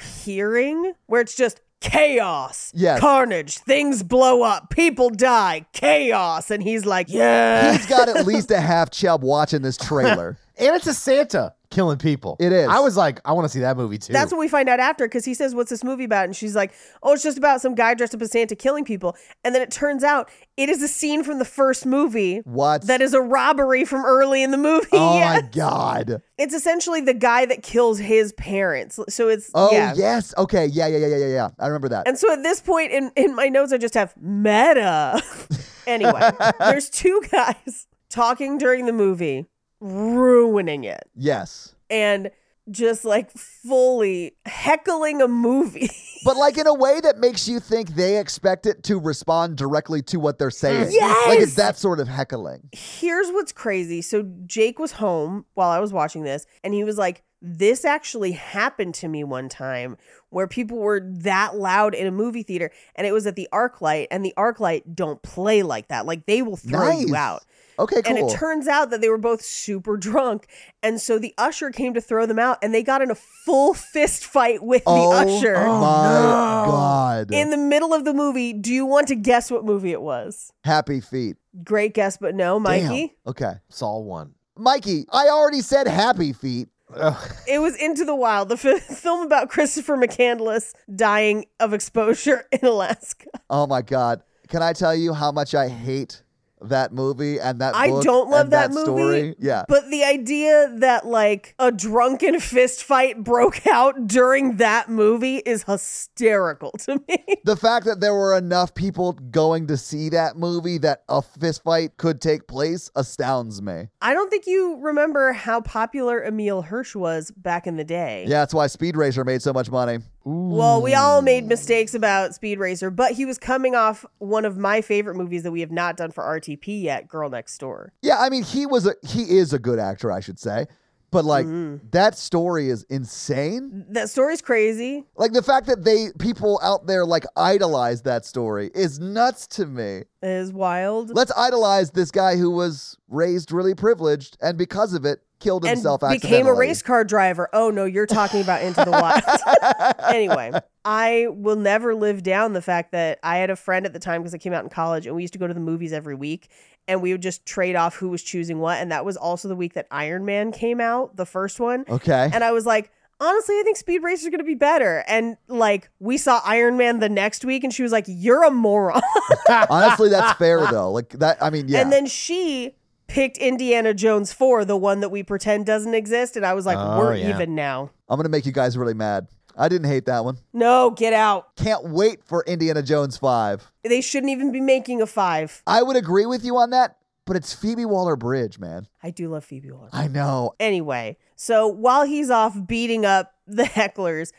overhearing, where it's just chaos,
Yes.
carnage, things blow up, people die, chaos. And he's like, yeah.
He's got
*laughs*
at least a half chub watching this trailer.
And it's a Santa killing people.
It is.
I was like, I want to see that movie too.
That's what we find out after because he says, What's this movie about? And she's like, Oh, it's just about some guy dressed up as Santa killing people. And then it turns out it is a scene from the first movie
What?
that is a robbery from early in the movie.
oh
yeah.
my god.
It's essentially the guy that kills his parents. So it's,
Oh
yeah.
yes. Okay. Yeah. Yeah. Yeah. Yeah. Yeah. yeah. I remember that.
And so at this point in, in my notes, I just have meta. *laughs* anyway, there's two guys talking during the movie, ruining it.
yes.
and just like fully heckling a movie. *laughs*
But like in a way that makes you think they expect it to respond directly to what they're saying.
Mm. Yes!
Like it's that sort of heckling.
Here's what's crazy. So Jake was home while I was watching this and he was like, "This actually happened to me one time where people were that loud in a movie theater and it was at the Arc Light and the Arc Light don't play like that. Like they will throw
Nice.
you out."
Okay. Cool.
And it turns out that they were both super drunk. And so the usher came to throw them out and they got in a full fist fight with
oh
the usher.
my god.
in the middle of the movie, do you want to guess what movie it was?
Happy feet.
Great guess, but no,
Damn.
Mikey.
Okay.
Saw one.
Mikey, I already said happy feet.
Oh,
It was Into the Wild, the *laughs* f- film about Christopher McCandless dying of exposure *laughs* in Alaska.
Oh my god. Can I tell you how much I hate that movie and that
I
book
don't love
and
that,
that,
movie.
story? Yeah.
But the idea that like a drunken fist fight broke *laughs* out during that movie is hysterical to me. *laughs*
the fact that there were enough people going to see that movie that a fist fight could take place astounds me.
I don't think you remember how popular Emil Hirsch was back in the day.
Yeah, that's why Speed Racer made so much money.
Well, we all made mistakes about Speed Racer, but he was coming off one of my favorite movies that we have not done for RTP yet, Girl Next Door.
Yeah, I mean he was a he is a good actor, I should say. But like
Mm-hmm.
that story is insane.
That story's crazy.
Like the fact that they people out there like idolize that story is nuts to me.
It is wild.
Let's idolize this guy who was raised really privileged and because of it killed
and
himself
became a
accidentally.
race car driver. Oh no, you're talking about Into the Wild. anyway, I will never live down the fact that I had a friend at the time because I came out in college, and we used to go to the movies every week, and we would just trade off who was choosing what. And that was also the week that Iron Man came out, the first one.
Okay.
And I was like, honestly, I think Speed Racer is going to be better. And like, we saw Iron Man the next week, and she was like, you're a moron. *laughs*
Honestly, that's fair though. Like that I mean, yeah.
And then she picked Indiana Jones 4, the one that we pretend doesn't exist. And I was like,
Oh,
we're
yeah.
even now.
I'm gonna make you guys really mad. I didn't hate that one.
No, get out.
Can't wait for Indiana Jones five.
They shouldn't even be making a five.
I would agree with you on that, but it's Phoebe Waller Bridge, man.
I do love Phoebe Waller.
I know.
Anyway, so while he's off beating up the hecklers,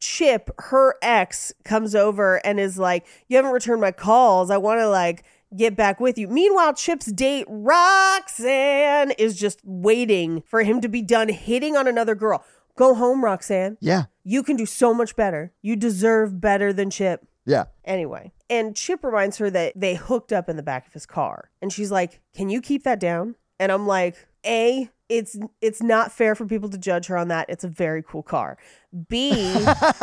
Chip, her ex, comes over and is like, You haven't returned my calls. I want to like get back with you. Meanwhile, Chip's date, Roxanne, is just waiting for him to be done hitting on another girl. Go home, Roxanne.
Yeah.
You can do so much better. You deserve better than Chip.
Yeah.
Anyway, and Chip reminds her that they hooked up in the back of his car. And she's like, "Can you keep that down?" And I'm like, "A, it's it's not fair for people to judge her on that. It's a very cool car. B,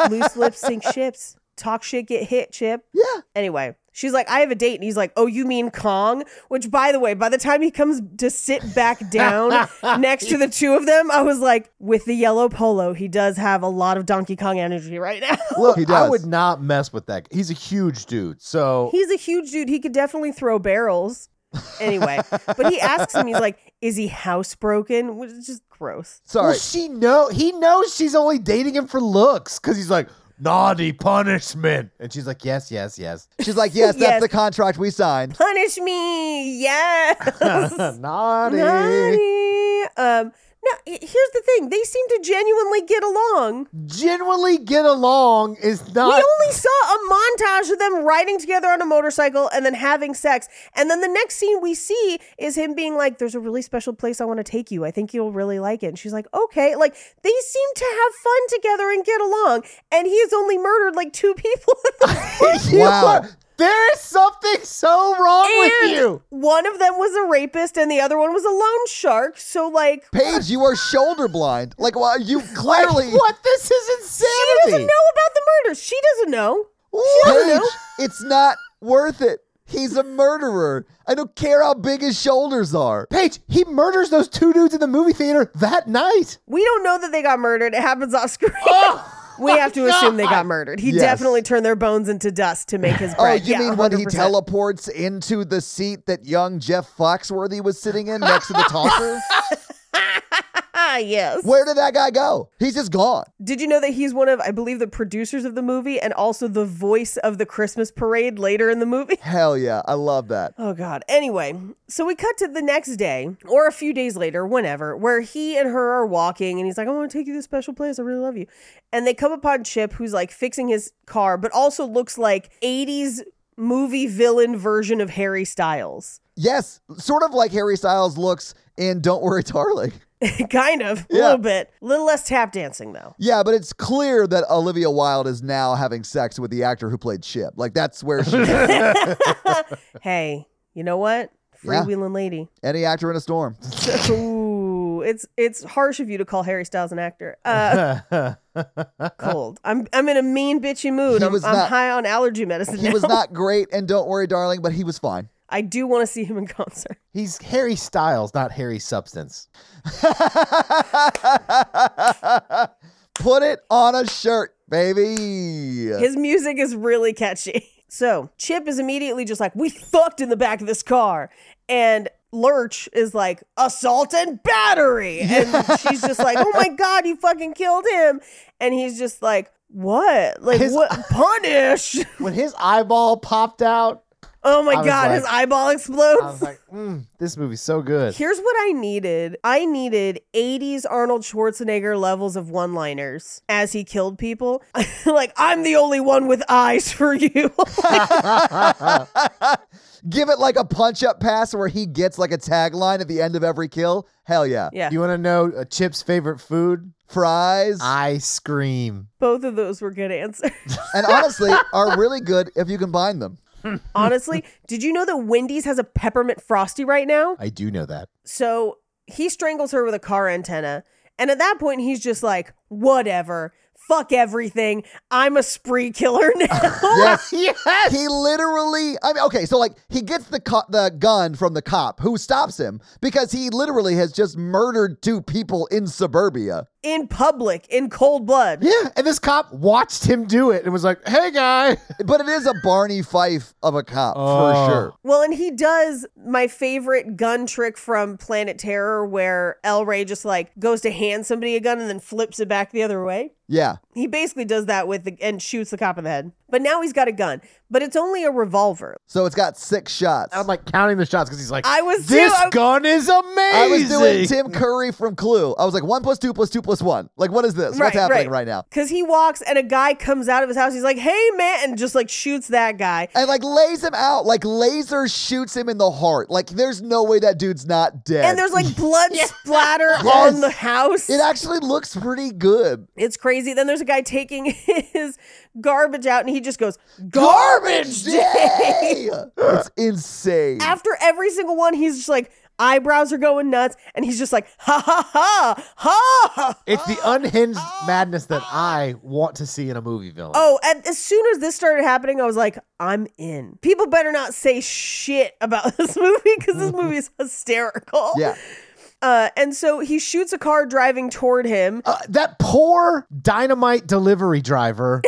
loose lips sink ships. Talk shit, get hit, Chip.
Yeah.
Anyway, she's like, I have a date. And he's like, Oh, you mean Kong? Which, by the way, by the time he comes to sit back down next to the two of them, I was like, With the yellow polo, he does have a lot of Donkey Kong energy right now.
look,
He does.
I would not mess with that. He's a huge dude. So
He's a huge dude. He could definitely throw barrels. Anyway, but he asks him, he's like, is he housebroken? Which is just gross.
Sorry.
Well, she know he knows she's only dating him for looks because he's like naughty punishment, and she's like yes, yes, yes, *laughs*
She's like, yes, that's
Yes.
the contract we signed.
Punish me. Yes.
naughty.
Naughty. Um, no, he- here's the thing. They seem to genuinely get along.
Genuinely get along is not.
We only saw a montage of them riding together on a motorcycle and then having sex. And then the next scene we see is him being like, There's a really special place I want to take you. I think you'll really like it. And she's like, Okay. Like, they seem to have fun together and get along. And he has only murdered like two people.
*laughs* *laughs* You
Wow.
are- there is something so wrong with
And
you.
One of them was a rapist and the other one was a loan shark. So, like,
Paige, you are shoulder blind. Like, well, you clearly.
Like, what? This is
she
insanity.
doesn't know about the murders. She doesn't know.
Paige, it's not worth it. He's a murderer. I don't care how big his shoulders are.
Paige, he murders those two dudes in the movie theater that night. *laughs*
We don't know that they got murdered. It happens off screen.
Oh, Ah!
we have to assume they got murdered. He
Yes.
definitely turned their bones into dust to make his
Oh,
bread.
you
Yeah,
mean when he
100%.
teleports into the seat that young Jeff Foxworthy was sitting in next to the talker?
Ah, yes.
Where did that guy go? He's just gone.
Did you know that he's one of, I believe, the producers of the movie and also the voice of the Christmas parade later in the movie? *laughs*
Hell yeah. I love that.
Oh, God. Anyway, so we cut to the next day or a few days later, whenever, where he and her are walking and he's like, I want to take you to this special place. I really love you. And they come upon Chip, who's like fixing his car, but also looks like 80s movie villain version of Harry Styles.
Yes, sort of like Harry Styles looks in Don't Worry, Darling.
kind of, a
Yeah.
little bit. A little less tap dancing,
*laughs*
though.
Yeah, but it's clear that Olivia Wilde is now having sex with the actor who played Chip. Like, that's where she
*laughs*
is.
Hey, you know what?
Yeah.
Freewheeling lady.
Any actor in a storm.
Ooh, it's it's harsh of you to call Harry Styles an actor.
*laughs*
Uh, cold. I'm I'm in a mean bitchy mood.
He
I'm,
was
I'm
not-
high on allergy medicine.
He
now.
was not great and Don't Worry, Darling, but he was fine.
*laughs*
*laughs*
I do want to see him in concert.
He's Harry Styles, not Harry Substance. *laughs*
Put it on a shirt, baby.
His music is really catchy. *laughs* So Chip is immediately just like, "We fucked in the back of this car," and Lurch is like, "Assault and
*laughs*
battery," and she's just like, "Oh my god, you fucking killed him," and he's just like. What? Like
His- *laughs*
what? Punish!
When his eyeball popped out,
Oh my
was
god,
like-
his eyeball explodes.
I
*laughs*
was like, mm, "This movie's so good."
Here's what I needed. I needed 80s Arnold Schwarzenegger levels of one-liners as he killed people. *laughs* like, I'm the only one with eyes for
*laughs*
you. *laughs*
Give it like a punch up pass where he gets like a tagline at the end of every kill. Hell yeah.
yeah.
You want to know uh, Chip's favorite food?
Fries.
Ah.
Ice cream.
Both of those were good answers.
and honestly, are really good if you combine them.
Honestly, did you know that Wendy's has a peppermint frosty right now?
I do know *laughs* that.
So he strangles her with a car antenna. And at that point, he's just like, whatever. Fuck everything. I'm a spree killer *laughs* now.
Yes.
Yes.
He literally, I mean, okay, so like he gets the co- the gun from the cop who stops him because he literally has just murdered two people in suburbia.
in public, in cold blood.
Yeah, and this cop watched him do it and was like, "Hey, guy."
But it is a Barney Fife of a cop
Oh.
for sure.
Well, and he does my favorite gun trick from Planet Terror, where El Rey just like goes to hand somebody a gun and then flips it back the other way.
Yeah.
He basically does that with the, and shoots the cop in the head. But now he's got a gun, but it's only a revolver.
So it's got six shots.
I'm like counting the shots because he's like,
I was
"This
too- I-
gun is amazing."
I was doing Tim Curry from Clue. I was like, one plus two plus two plus one. Like, what is this? What's happening right now?
Because he walks and a guy comes out of his house. He's like, "Hey, man!" and just like shoots that guy.
And like lays him out, like laser shoots him in the heart. Like, there's no way that dude's not dead.
And
*laughs*
there's like blood splatter
Yes.
on the house.
it actually looks pretty good.
It's crazy. Then there's a guy taking *laughs* his garbage out and he just goes,
Garbage
Garbage
day. it's insane.
*laughs* after every single one, he's just like eyebrows are going nuts, and he's just like ha ha ha ha. ha.
It's the unhinged madness that I want to see in a movie villain.
Oh, and as soon as this started happening, I was like, I'm in. People *laughs* better not say shit about this movie because this movie is hysterical.
yeah.
Uh, and so he shoots a car driving toward him.
Uh, that poor dynamite delivery *laughs* driver.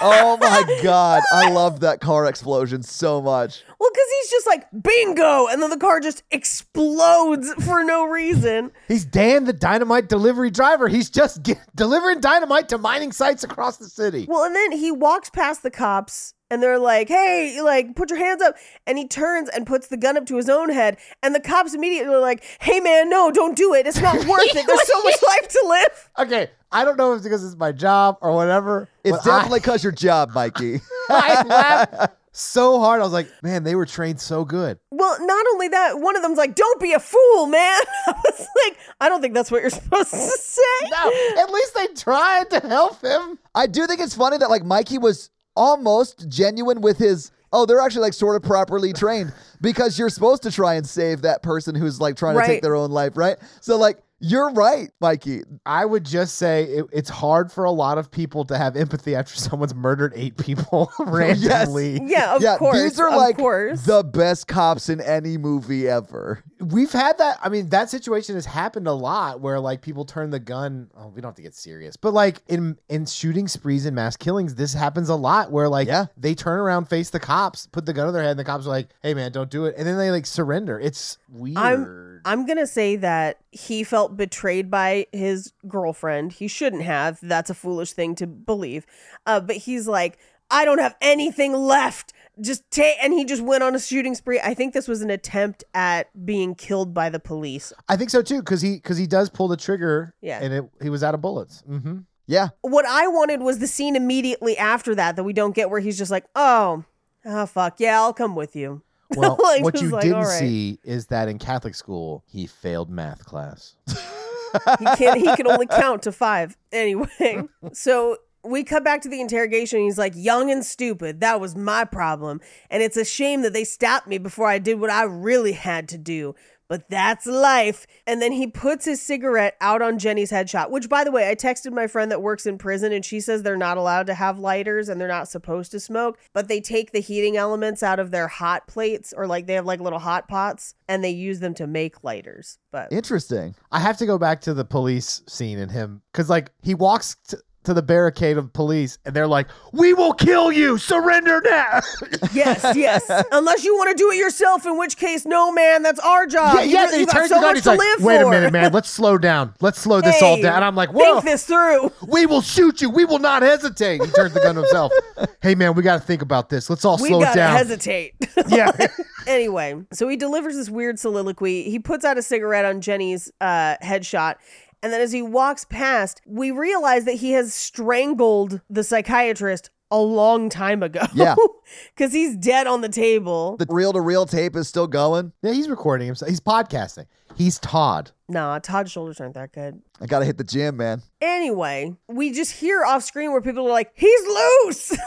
Oh my god, I love that car explosion so much.
Well, because he's just like, bingo! And then the car just explodes *laughs* for no reason.
He's Dan the dynamite delivery driver. He's just ge- delivering dynamite to mining sites across the city.
Well, and then he walks past the cops and they're like, hey, like, put your hands up. And he turns and puts the gun up to his own head. And the cops immediately are like, hey, man, no, don't do it. It's not worth it. There's so much life to live.
Okay, I don't know if it's because it's my job or whatever.
It's
but I-
definitely
*laughs*
because your job, Mikey.
I laughed so hard. I was like, man, they were trained so good.
Well, not only that, one of them's like, don't be a fool, man. *laughs* I was like, I don't think that's what you're supposed to say.
No, at least they tried to help him.
I do think it's funny that like Mikey was almost genuine with his oh, they're actually like sort of properly trained because you're supposed to try and save that person who's like trying to take
Right.
their own life, right? So like you're right, Mikey.
I would just say it, it's hard for a lot of people to have empathy after *laughs* someone's murdered eight people *laughs* randomly.
Yeah, of
yeah,
course.
these are
of
like
course.
the best cops in any movie ever.
We've had that. I mean, that situation has happened a lot where like people turn the gun. Oh, we don't have to get serious, but like in in shooting sprees and mass killings, this happens a lot where like
Yeah.
they turn around, face the cops, put the gun on their head, and the cops are like, "Hey, man, don't do it," and then they like surrender. It's weird.
I'm I'm gonna say that he felt betrayed by his girlfriend. He shouldn't have. That's a foolish thing to believe. Uh, but he's like, I don't have anything left. Just take, and he just went on a shooting spree. I think this was an attempt at being killed by the police.
I think so too, because he because he does pull the trigger.
Yeah.
and it, he was out of bullets. hmm
Yeah.
What I wanted was the scene immediately after that that we don't get, where he's just like, oh, oh fuck, yeah, I'll come with you. *laughs*
Well,
Like,
what
just
you
like,
didn't
all right.
see is that in Catholic school, he failed math class.
He can he can only count to five anyway. *laughs* So we cut back to the interrogation. He's like, "Young and stupid. That was my problem, and it's a shame that they stopped me before I did what I really had to do." But that's life. And then he puts his cigarette out on Jenny's headshot, which, by the way, I texted my friend that works in prison, and she says they're not allowed to have lighters and they're not supposed to smoke, but they take the heating elements out of their hot plates or like they have like little hot pots and they use them to make lighters. But
Interesting.
I have to go back to the police scene and him because, like, he walks t- to the barricade of police and they're like, "We will kill you! Surrender now!" *laughs*
Yes, yes. Unless you want to do it yourself, in which case, no, man, that's our job.
yeah,
You
yeah.
re-
Then he
you got
turns
so
the gun.
much
He's
to
like,
live
"Wait
for.
a minute, man. Let's slow down. Let's slow this all
Hey,
down." And I'm like, "Whoa,
Think this
*laughs*
through.
we will shoot you. We will not hesitate." He turns the gun to
*laughs*
himself. hey, man, we got to think about this. Let's all
We
slow it
gotta
down.
hesitate.
*laughs*
*laughs*
yeah.
anyway, so he delivers this weird soliloquy. He puts out a cigarette on Jenny's uh, headshot. And then as he walks past, we realize that he has strangled the psychiatrist a long time ago.
Yeah.
*laughs* Because he's dead on the table.
The reel to reel tape is still going.
Yeah, he's recording himself. He's podcasting. He's Todd.
nah, Todd's shoulders aren't that good.
I gotta hit the gym, man.
Anyway, we just hear off screen where people are like, he's loose. *laughs*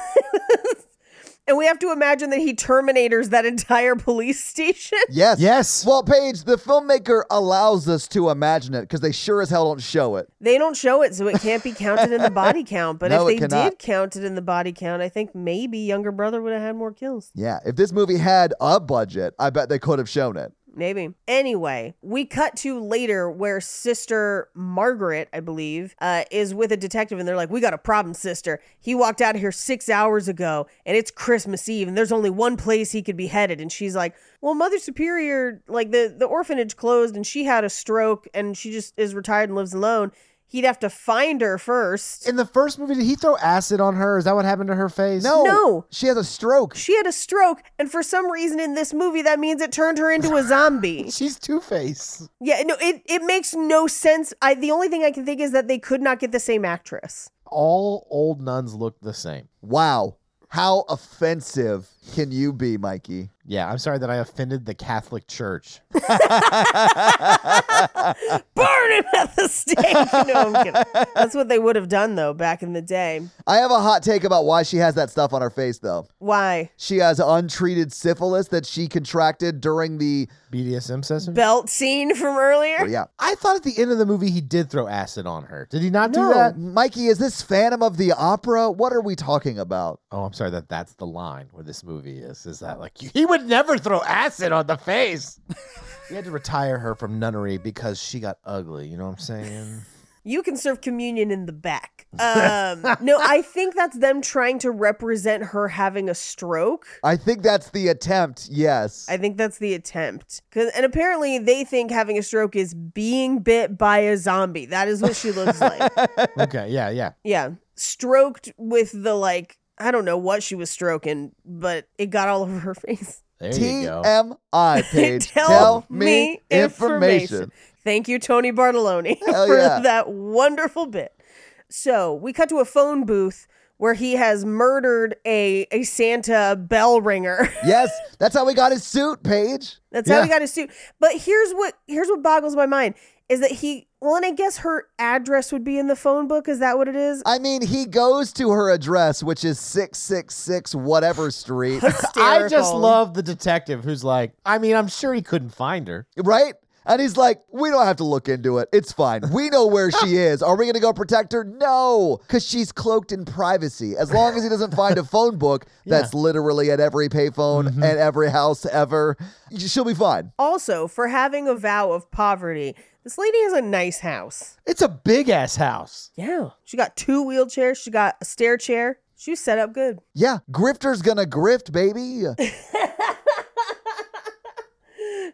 and we have to imagine that he terminators that entire police *laughs* station.
Yes.
Yes.
Well, Paige, the filmmaker allows us to imagine it because they sure as hell don't show it.
They don't show it, so it can't be counted in the body count. But
*laughs* No, it
if they
cannot.
did count it in the body count, I think maybe younger brother would have had more kills.
Yeah. If this movie had a budget, I bet they could have shown it.
Maybe. Anyway, we cut to later where Sister Margaret, I believe, uh, is with a detective and they're like, We got a problem, sister. He walked out of here six hours ago and it's Christmas Eve and there's only one place he could be headed. And she's like, Well, Mother Superior, like the, the orphanage closed and she had a stroke and she just is retired and lives alone. He'd have to find her first.
In the first movie, did he throw acid on her? Is that what happened to her face?
No.
No.
She has a stroke.
She had a stroke, and for some reason in this movie, that means it turned her into a
*laughs*
zombie.
She's Two Face.
Yeah, no, it, it makes no sense. I the only thing I can think is that they could not get the same actress.
All old nuns look the same.
Wow. How offensive can you be, Mikey?
Yeah, I'm sorry that I offended the Catholic Church.
*laughs* Burn him at the stake. *laughs* No, I'm kidding. That's what they would have done though back in the day.
I have a hot take about why she has that stuff on her face, though.
Why
She has untreated syphilis that she contracted during the.
BDSM session?
belt scene from earlier?
Oh, Yeah.
I thought at the end of the movie he did throw acid on her. Did he not do
No,
that?
Mikey, is this Phantom of the Opera? What are we talking about?
Oh, I'm sorry that that's the line where this movie is. Is that like he would never throw acid on the face? We had to retire her from nunnery because she got ugly. You know what I'm saying?
You can serve communion in the back. Um, no, I think that's them trying to represent her having a stroke.
I think that's the attempt. Yes.
I think that's the attempt. 'Cause- and apparently, they think having a stroke is being bit by a zombie. That is what she looks *laughs* like.
okay, yeah, yeah.
Yeah. Stroked with the, like, I don't know what she was stroking, but it got all *laughs* over her face.
There you go.
TMI page.
Tell, me information. Thank you, Tony Bartolone, *laughs*
Hell
for
yeah.
that wonderful bit. So we cut to a phone booth where he has murdered a, a Santa bell ringer. *laughs*
Yes, that's how we got his suit, Paige.
That's
Yeah.
how he got his suit. But here's what here's what boggles my mind is that he well, and I guess her address would be in the phone book. Is that what it is?
I mean, he goes to her address, which is 666 whatever street,
I just
Hysterical.
love the detective who's like, I mean, I'm sure he couldn't find her.
right? And he's like, we don't have to look into it. It's fine. We know where she is. Are we going to go protect her? No, because she's cloaked in privacy. As long as he doesn't find a phone book that's literally at every payphone and every house ever, she'll be fine.
Also, for having a vow of poverty, this lady has a nice house.
It's a big ass house.
Yeah. She got two wheelchairs, she got a stair chair. She was set up good.
Yeah, grifter's going to grift, baby.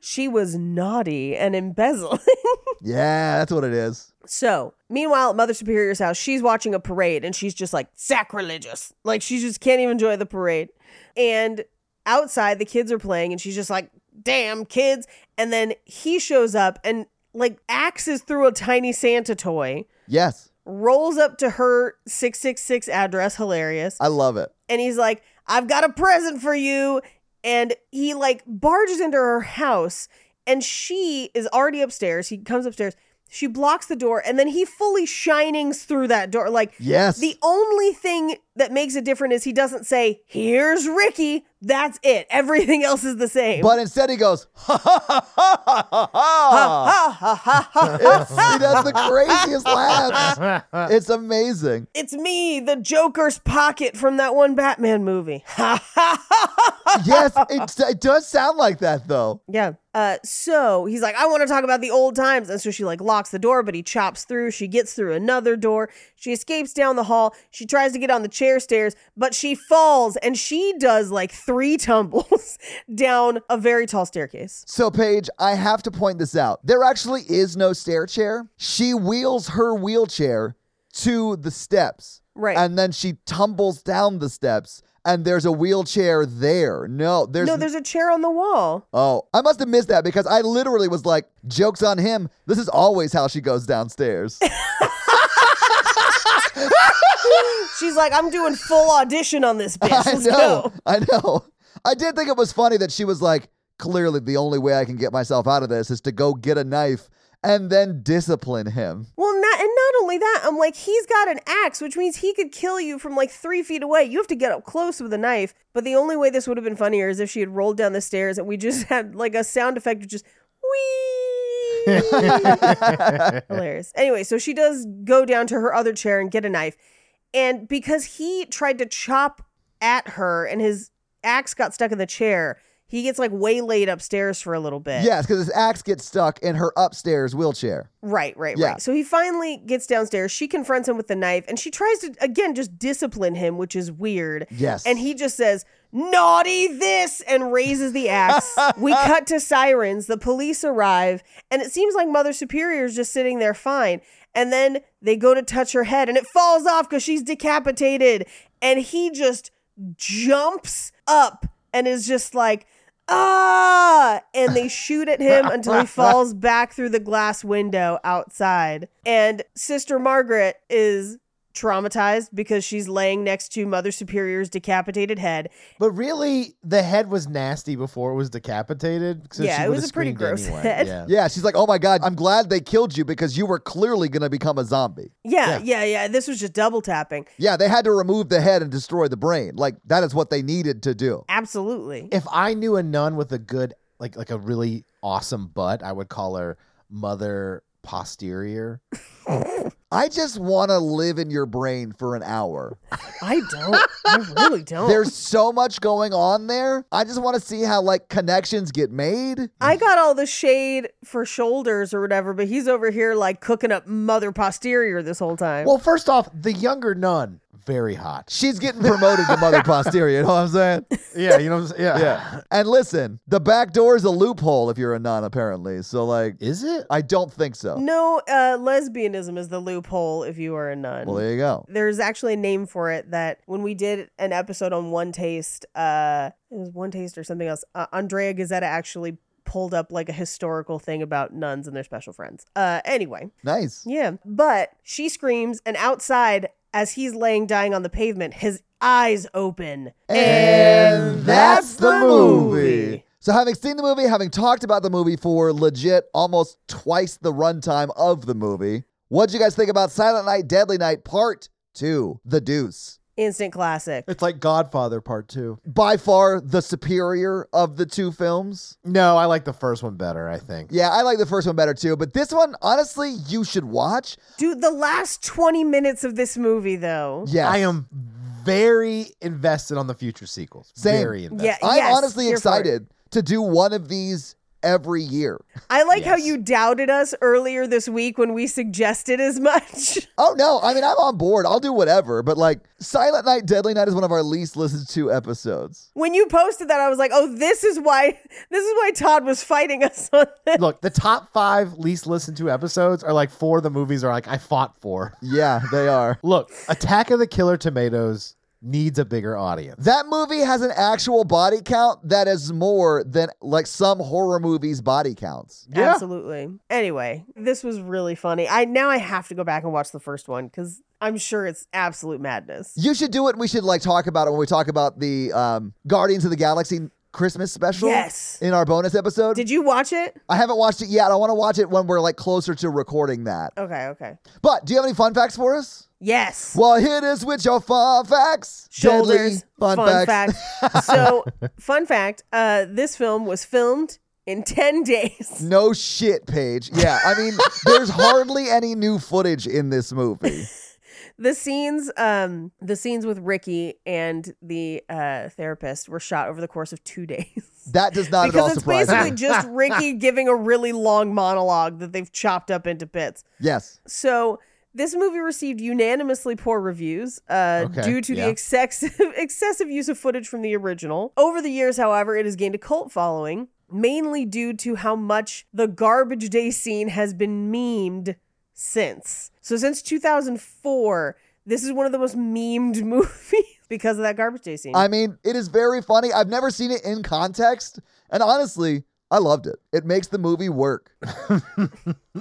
She was naughty and embezzling. *laughs*
yeah, that's what it is.
so, meanwhile, at Mother Superior's house, she's watching a parade and she's just like sacrilegious. Like she just can't even enjoy the parade. And outside, the kids are playing and she's just like, damn, kids. And then he shows up and like axes through a tiny Santa toy,
Yes,
rolls up to her 666 address, hilarious.
I love it.
and he's like, I've got a present for you. And he like barges into her house and she is already upstairs. He comes upstairs. She blocks the door and then he fully shinings through that door. Like,
Yes.
the only thing that makes it different is he doesn't say, Here's Ricky. That's it. Everything else is the same.
But instead, he goes, *laughs* ha ha ha ha ha ha ha.
ha ha ha ha.
*laughs* It's, he does the craziest laughs.
*laughs*
It's amazing.
It's me, the Joker's pocket from that one Batman movie. Ha ha ha ha.
Yes, it, *laughs* it does sound like that though.
Yeah. Uh, so he's like, I want to talk about the old times. And so she like locks the door, but he chops through. She gets through another door. She escapes down the hall. She tries to get on the chair stairs, but she falls and she does like three *laughs* tumbles down a very tall staircase.
So, Paige, I have to point this out. There actually is no stair chair. She wheels her wheelchair to the steps.
Right.
And then she tumbles down the steps, and there's a wheelchair there. No, there's.
no, there's a chair on the wall.
oh, I must have missed that because I literally was like, joke's on him. This is always how she goes downstairs.
She's like, I'm doing full audition on this
*laughs*
bitch.
I
Let's
know.
go.
I know. I did think it was funny that she was like, clearly the only way I can get myself out of this is to go get a knife and then discipline him.
Well, not, and not only that, I'm like, he's got an axe, which means he could kill you from like three feet away. You have to get up close with a knife. But the only way this would have been funnier is if she had rolled down the stairs and we just *laughs* had like a sound effect of just wee. Hilarious. Anyway, so she does go down to her other chair and get a knife. And because he tried to chop at her and his axe got stuck in the chair, he gets like waylaid upstairs for a little bit.
Yes, because his axe gets stuck in her upstairs wheelchair.
Right, right,
Yeah.
right. So he finally gets downstairs. She confronts him with the knife and she tries to, again, just discipline him, which is weird.
Yes.
And he just says, Naughty this, and raises the axe. we cut to sirens. The police arrive, and it seems like Mother Superior is just sitting there fine. And then they go to touch her head, and it falls off because she's decapitated. And he just jumps up and is just like, ah and they shoot at him until he falls back through the glass window outside and sister margaret is traumatized because she's laying next to mother superior's decapitated head
But really, the head was nasty before it was decapitated. So
Yeah,
she
it
would've
was a pretty
screamed
gross
anyway.
head.
Yeah.
Yeah, she's like, oh my God, I'm glad they killed you because you were clearly going to become a zombie.
yeah yeah yeah, this was just double tapping
Yeah, they had to remove the head and destroy the brain. Like, that is what they needed to do.
absolutely
If I knew a nun with a good, like, like a really awesome butt, I would call her Mother Posterior.
I just want to live in your brain for an hour.
I don't. I really don't.
There's so much going on there. I just want to see how like connections get made.
I got all the shade for shoulders or whatever, but he's over here like cooking up mother posterior this whole time.
Well, first off, the younger nun, very hot.
She's getting promoted to
*laughs*
mother posterior. You know what I'm saying?
*laughs* Yeah, you know, what I'm saying? yeah,
Yeah. And listen, the back door is a loophole if you're a nun, apparently. So like,
Is it?
I don't think so.
no, uh, lesbianism is the loophole if you are a nun.
Well, there you go.
There's actually a name for it that when we did an episode on One Taste, uh, it was One Taste or something else. Uh, Andrea Gazzetta actually pulled up like a historical thing about nuns and their special friends. Uh, anyway,
Nice.
Yeah. But she screams, and outside, as he's laying dying on the pavement, his eyes open.
So, having seen the movie, having talked about the movie for legit almost twice the runtime of the movie, what'd you guys think about Silent Night, Deadly Night Part 2, The Deuce?
Instant classic.
It's like Godfather Part Two.
By far the superior of the two films.
No, I like the first one better. I think.
Yeah, I like the first one better too, but this one, honestly, you should watch.
Dude, the last 20 minutes of this movie, though.
Yes.
I am very invested on the future sequels.
Same.
Very invested.
Yeah,
I'm
yes,
honestly
here for it.
excited to do one of these every year.
I like how
Yes.
you doubted us earlier this week when we suggested as much. *laughs*
Oh no, I mean I'm on board. I'll do whatever, but like Silent Night Deadly Night is one of our least listened to episodes.
When you posted that, I was like, "Oh, this is why this is why Todd was fighting us *laughs* on this."
Look, the top five least listened to episodes are like four of the movies are like I fought for.
Yeah, they are.
Look, Attack of the Killer Tomatoes needs a bigger audience. *laughs*
That movie has an actual body count that is more than like some horror movies' body counts.
Yeah.
Absolutely. Anyway, this was really funny. I now I have to go back and watch the first one cuz I'm sure it's absolute madness.
You should do it. and We should like talk about it when we talk about the um, Guardians of the Galaxy Christmas special.
Yes.
In our bonus episode.
Did you watch it?
I haven't watched it yet. I want to watch it when we're like closer to recording that.
Okay, okay.
But do you have any fun facts for us?
Yes.
Well, here it is with your fun facts. Deadly
Shoulders. fact. so, fun fact, uh this film was filmed in 10 *laughs* days.
No shit, Paige. Yeah, I mean, *laughs* there's hardly any new footage in this movie.
The scenes um the scenes with Ricky and the uh therapist were shot over the course of 2 *laughs* days.
That does not at all
because it's
surprise *laughs*
basically
me.
just Ricky giving a really long monologue that they've chopped up into bits.
Yes.
So this movie received unanimously poor reviews uh,
Okay,
due to
yeah.
the excessive *laughs* excessive use of footage from the original. Over the years, however, it has gained a cult following, mainly due to how much the garbage day scene has been memed since. So since 2004, this is one of the most memed *laughs* movies because of that garbage day scene.
I mean, it is very funny. I've never seen it in context, and honestly, I loved it. It makes the movie work.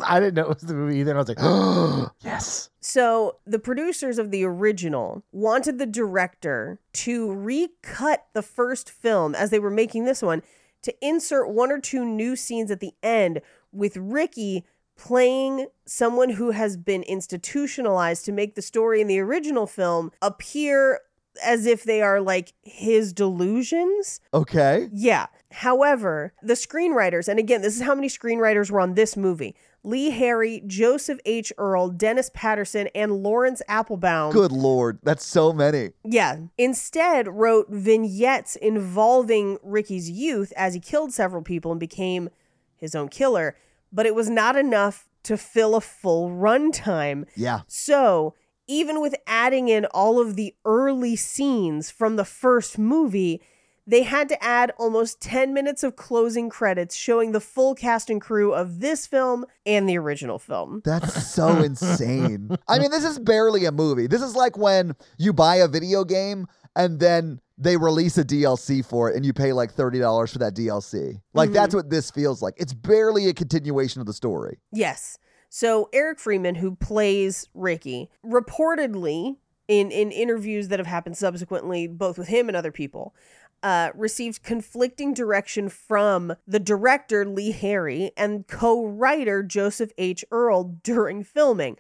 I didn't know it was the movie either. And I was like, *gasps* oh, yes.
So the producers of the original wanted the director to recut the first film as they were making this one to insert one or two new scenes at the end with Ricky playing someone who has been institutionalized to make the story in the original film appear as if they are like his delusions.
Okay.
Yeah. However, the screenwriters, and again, this is how many screenwriters were on this movie Lee Harry, Joseph H. Earl, Dennis Patterson, and Lawrence Applebaum.
Good lord, that's so many.
Yeah. Instead, wrote vignettes involving Ricky's youth as he killed several people and became his own killer, but it was not enough to fill a full runtime.
Yeah.
So, even with adding in all of the early scenes from the first movie, they had to add almost 10 minutes of closing credits showing the full cast and crew of this film and the original film.
That's
*laughs*
so insane. I mean, this is barely a movie. This is like when you buy a video game and then they release a DLC for it and you pay like $30 for that DLC. Like,
Mm-hmm.
that's what this feels like. It's barely a continuation of the story.
Yes. So Eric Freeman, who plays Ricky, reportedly in in interviews that have happened subsequently, both with him and other people, uh, received conflicting direction from the director Lee Harry and co-writer Joseph H. Earl during filming.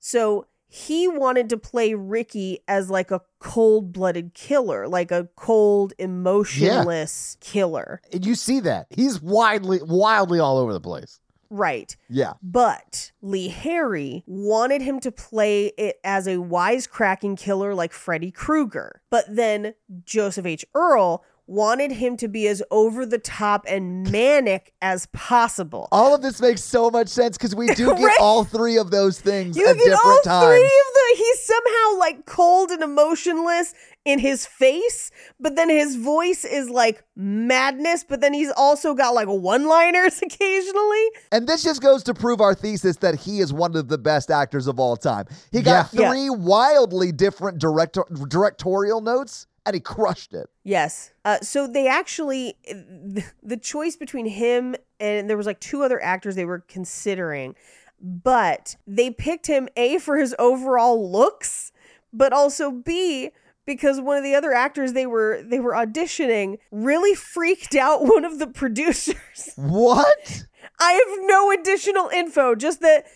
So he wanted to play Ricky as like a cold-blooded killer, like a cold, emotionless killer.
And you see that. He's widely, wildly all over the place.
right.
Yeah.
But Lee Harry wanted him to play it as a wisecracking killer like Freddy Krueger. But then Joseph H. Earl wanted him to be as over the top and manic as possible.
All of this makes so much sense because we
*laughs*
do get
Right?
all three of those things
You
at
get all
different times.
three of the. He's somehow like cold and emotionless in his face, but then his voice is like madness. But then he's also got like one liners *laughs* occasionally.
And this just goes to prove our thesis that he is one of the best actors of all time. He got
Yeah. Yeah.
three wildly different director- directorial notes and he crushed it.
Yes. Uh, so they actually, the choice between him and there was like two other actors they were considering, but they picked him A for his overall looks, but also B because one of the other actors they were they were auditioning really freaked out *laughs* one of the producers.
What?
I have no additional info, just that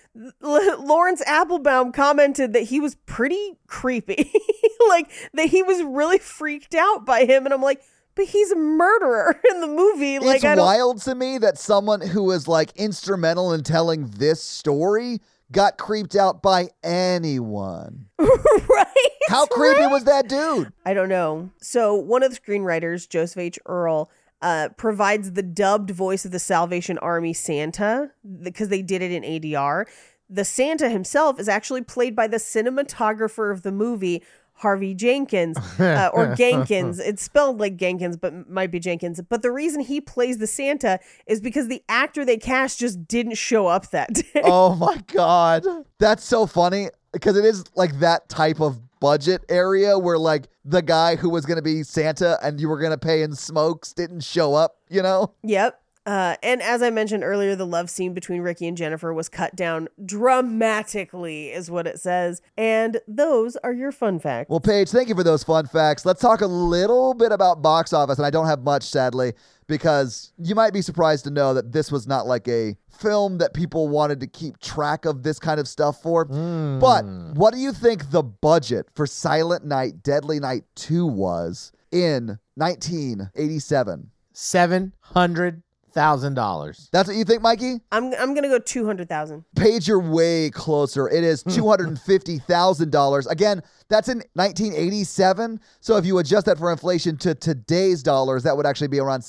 L- Lawrence Applebaum commented that he was pretty creepy. *laughs* like that he was really freaked out by him and I'm like, "But he's a murderer in the movie." *laughs* Like
it's
I don't
wild to me that someone who was like instrumental in telling this story got creeped out by anyone.
*laughs* right?
How creepy was that dude?
I don't know. So one of the screenwriters, Joseph H. Earl, uh, provides the dubbed voice of the Salvation Army Santa because they did it in ADR. The Santa himself is actually played by the cinematographer of the movie, Harvey Jenkins, uh, or Gankins. It's spelled like Gankins, but m- might be Jenkins. But the reason he plays the Santa is because the actor they cast just didn't show up that *laughs* day.
Oh my god. That's so funny because it is like that type of budget area where like the guy who was going to be Santa and you were going to pay in smokes didn't show up, you know?
Yep. Uh, and as I mentioned earlier, the love scene between Ricky and Jennifer was cut down dramatically, is what it says. And those are your fun facts.
Well, Paige, thank you for those fun facts. Let's talk a little bit about box office and I don't have much sadly because you might be surprised to know that this was not like a film that people wanted to keep track of this kind of stuff for. But what do you think the budget for Silent Night Deadly Night 2 was in 1987?
Seven hundred thousand dollars.
That's what you think, Mikey?
I'm I'm gonna go two hundred thousand.
Paige, you're way closer. It is $250,000. Again, that's in 1987. So if you adjust that for inflation to today's dollars, that would actually be around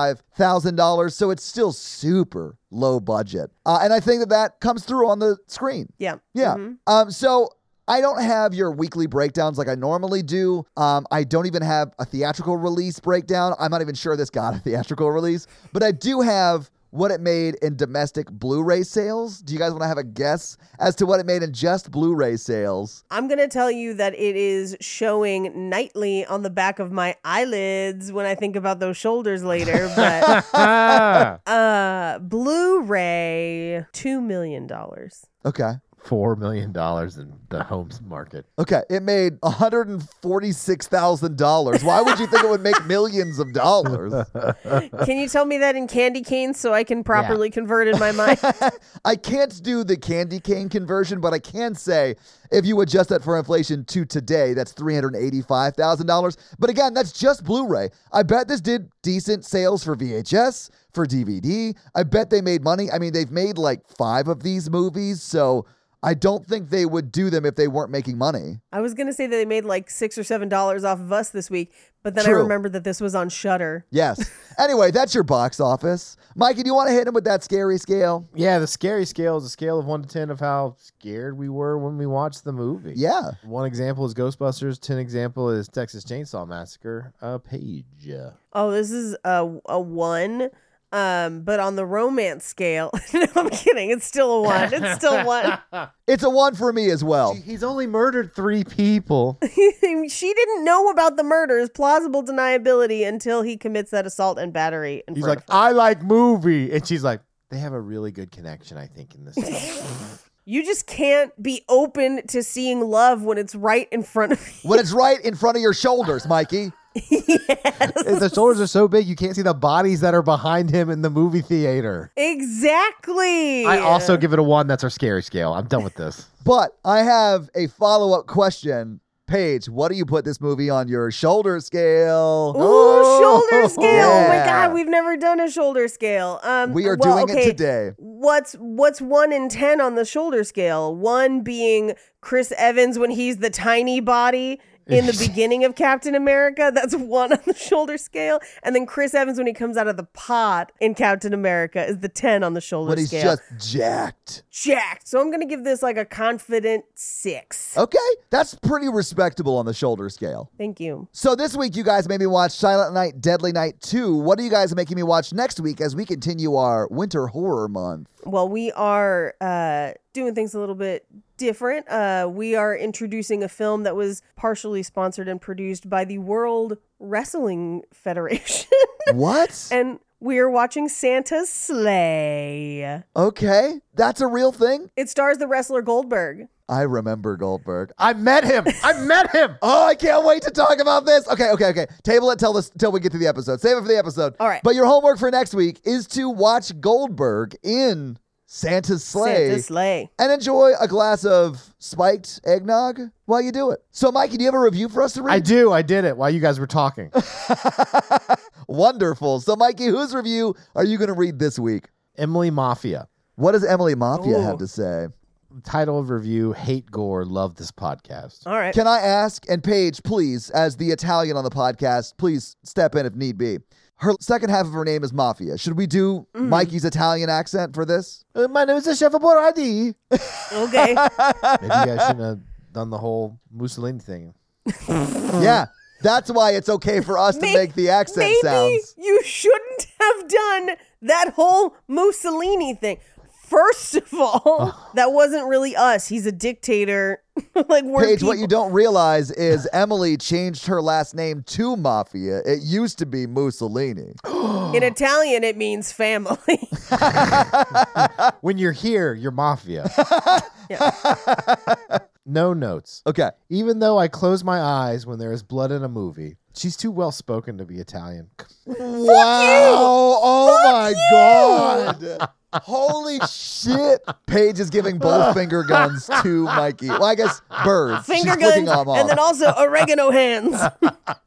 $655,000. So it's still super low budget. Uh, and I think that that comes through on the screen.
Yeah.
Yeah.
Mhm.
Um, so I don't have your weekly breakdowns like I normally do. Um, I don't even have a theatrical release breakdown. I'm not even sure this got a theatrical release, but I do have what it made in domestic Blu-ray sales. Do you guys want to have a guess as to what it made in just Blu-ray sales?
I'm gonna tell you that it is showing nightly on the back of my eyelids when I think about those
*laughs*
shoulders later. But
Ah,
uh, Blu-ray, two million
*laughs*
dollars.
Okay.
*laughs* Four million dollars in the home market.
Okay, it made $146,000. Why would you think it would make millions of dollars?
Can you tell me that in candy canes so I can properly convert in my mind?
I can't do the candy cane conversion, but I can say if you adjust that for inflation to today, that's $385,000. But again, that's just Blu ray. I bet this did decent sales for VHS, for DVD. I bet they made money. I mean, they've made like five of these movies, so I don't think they would do them if they weren't making money.
I was gonna say that they made like six or seven dollars off of us this week, but then
True.
I remembered that this was on Shutter.
Yes. anyway, that's your box office. Mikey, do you want to hit him with that scary scale?
Yeah, the scary scale is a scale of one to ten of how scared we were when we watched the movie.
Yeah.
One example is Ghostbusters. Ten example is Texas Chainsaw Massacre. Uh, page.
Oh, this is a a one, um, but on the romance scale, *laughs* no, I'm kidding. It's still a one. It's still one.
It's a one for me as
*laughs*
well.
He's only murdered three *laughs* people.
*laughs* she didn't know about the murders, plausible deniability, until he commits that assault and battery. And
He's like, I like movie, and she's like, they have a really good connection, I think, in *laughs* this. film."
you just can't be open to seeing love when it's right in front of *laughs* you.
When it's right in front of your shoulders, Mikey.
*laughs* the shoulders are so big you can't see the bodies that are behind him in the movie theater.
Exactly.
I also give it a one. That's our scary scale. I'm done with this.
But I have a follow up question Paige, what do you put this movie on your shoulder scale?
Ooh,
*laughs*
shoulder scale. Oh my
Yeah.
god, we've never done a shoulder scale. Um
We are
well,
doing
okay,
it today.
What's what's 1 in 10 on the shoulder scale? 1 being Chris Evans when he's the tiny body in the
*laughs*
beginning of Captain America. That's 1 on the shoulder scale. And then Chris Evans when he comes out of the pod in Captain America is the 10 on the shoulder
But he's
scale.
just jacked.
jacked. So I'm going to give this like a confident 6.
Okay, that's pretty respectable on the shoulder scale.
Thank you.
So this week you guys made me watch Silent Night, Deadly Night 2. What are you guys making me watch next week as we continue our winter horror
*laughs*
month?
Well, we are uh, doing things a little bit different. Uh, we are introducing a film that was partially sponsored and produced by the World Wrestling Federation. *laughs*
What?
and we are watching Santa's Sleigh.
okay, that's a real thing?
It stars the wrestler Goldberg.
I remember Goldberg.
*laughs* I met him. I met him.
Oh, I can't wait to talk about this. Okay, okay, okay. Table it till this till we get to the episode. Save it for the episode.
All right.
But your homework for next week is to watch Goldberg in Santa's sleigh
Santa's Sleigh.
and enjoy a glass of spiked eggnog while you do it. So, Mikey, do you have a review for us to read?
I do. I did it while you guys were *laughs* talking.
Wonderful. So, Mikey, whose review are you going to read this week?
Emily Mafia.
What does Emily Mafia
Ooh.
have to say?
Title of review: Hate Gore. Love this podcast.
All
*laughs*
right.
Can I ask, and Paige, please, as the Italian on the podcast, please step in if need be. Her second half of her name is Mafia. Should we do
Mm.
Mikey's Italian accent for this?
Uh, my name is Chef Borardi.
okay.
Maybe you guys shouldn't have done the whole Mussolini thing.
yeah. That's why it's okay for us to
May-
make the accent
Maybe
sounds.
you shouldn't have done that whole Mussolini thing. First of
*laughs*
all, that wasn't really us. He's a dictator. *laughs* like we're
Paige,
people.
what you don't realize is Emily changed her last name to Mafia. It used to be Mussolini.
in
Oh.
Italian it
*laughs*
means family.
When you're here, you're mafia.
Yeah.
*laughs* No notes.
Okay.
Even though I close my eyes when there is blood in a movie, she's too well spoken to be Italian. *laughs*
Wow. Oh my god. Holy shit. Paige is giving
*laughs*
both finger guns to Mikey. Well, I guess birds.
Finger
She's flicking
guns
them off.
and then also
*laughs*
oregano hands.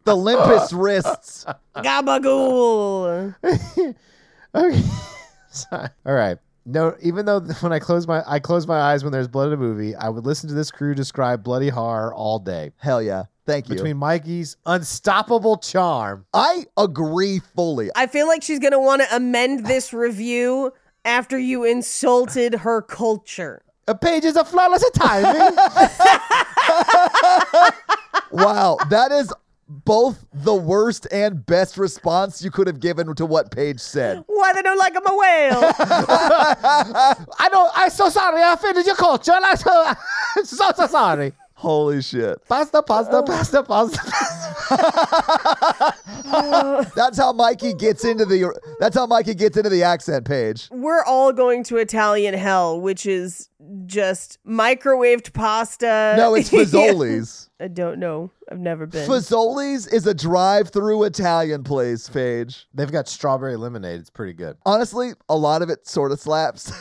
the limpest
*laughs*
wrists.
Gabagool.
Okay. *laughs* Sorry. All right. No, even though *laughs* when I close my I close my eyes when there's blood in a movie, I would listen to this crew describe bloody horror all day.
Hell yeah. Thank you.
Between Mikey's unstoppable charm,
I agree fully.
I feel like she's going to want to amend this review after you insulted her culture.
a page is a flawless timing.
Wow, that is both the worst and best response you could have given to what Paige said.
Why they don't like I'm a
*laughs*
whale?
I don't. I'm so sorry. I offended your culture. *laughs* I'm so, I'm so so sorry.
Holy shit.
Pasta, pasta, pasta, pasta.
That's how Mikey gets into the that's how Mikey gets into the accent
*laughs*
page.
we're all going to Italian hell, which is just microwaved pasta.
No,
*laughs*
it's Fazoli's.
I don't know. I've never been.
Fazoli's is a drive-through Italian place, Paige.
They've got strawberry lemonade. It's pretty good.
Honestly, a lot of it sort of slaps.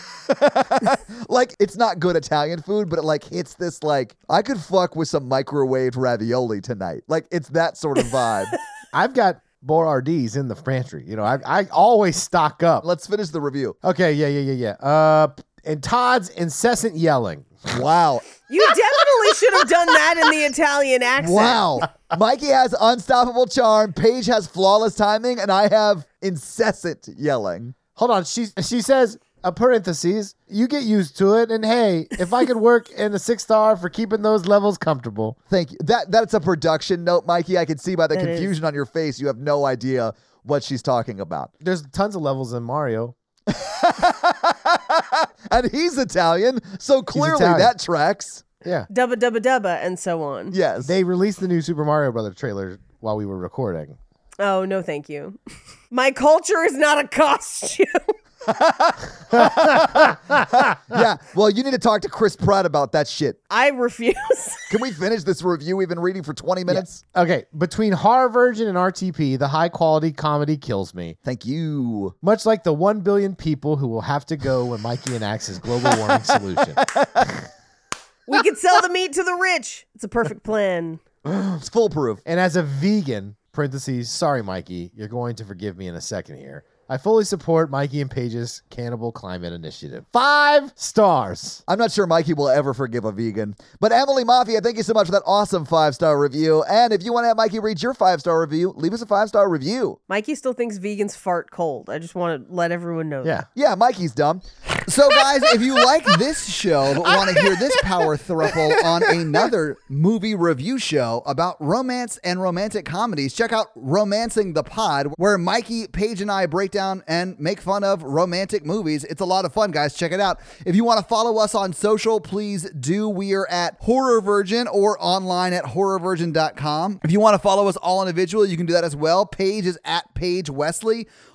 *laughs* like it's not good Italian food, but it like hits this like I could fuck with some microwaved ravioli tonight. Like it's that sort of
*laughs*
vibe.
I've got Borardi's in the pantry. You know, I I always stock up.
Let's finish the review.
Okay, yeah, yeah, yeah, yeah. Uh, and Todd's incessant yelling.
Wow.
you definitely should have done that in the
*laughs*
Italian accent.
Wow. Mikey has unstoppable charm, Paige has flawless timing, and I have incessant yelling.
*laughs* Hold on, she she says a parentheses. You get used to it, and hey, if I could work *laughs* in the sixth star for keeping those levels comfortable.
Thank you. That that's a production note, Mikey. I can see by the
It is.
confusion on your face. You have no idea what she's talking about.
There's tons of levels in Mario.
*laughs* and he's Italian, so clearly
Italian.
that tracks.
Yeah,
Dubba dubba dubba and so on.
Yes.
they released the new Super Mario Brother trailer while we were recording.
Oh, no, thank you. My culture is not a costume. *laughs*
yeah. Well, you need to talk to Chris Pratt about that shit.
I refuse. *laughs*
Can we finish this review we've been reading for 20 minutes?
Okay, between Horror Virgin and RTP, the high quality comedy kills me.
Thank you.
Much like the 1 billion people who will have to go when Mikey enacts his global *laughs* warming solution.
we could sell the meat to the rich. It's a perfect plan.
It's foolproof.
And as a vegan, parentheses, sorry, Mikey, you're going to forgive me in a second here. I fully support Mikey and Paige's Cannibal Climate Initiative. Five stars.
I'm not sure Mikey will ever forgive a vegan. But Emily Mafia, thank you so much for that awesome five star review. And if you want to have Mikey read your five star review, leave us a five star review.
Mikey still thinks vegans fart cold. I just want to let everyone know.
Yeah.
Yeah, Mikey's dumb.
So, guys, if you like this show but want to hear this power thruple on another movie review show about romance and romantic comedies, check out Romancing the Pod, where Mikey, Paige, and I break down and make fun of romantic movies. It's a lot of fun, guys. Check it out. If you want to follow us on social, please do. We are at Horror Virgin or online at horrorvirgin.com. If you want to follow us all individual, you can do that as well. Paige is at Paige Wesley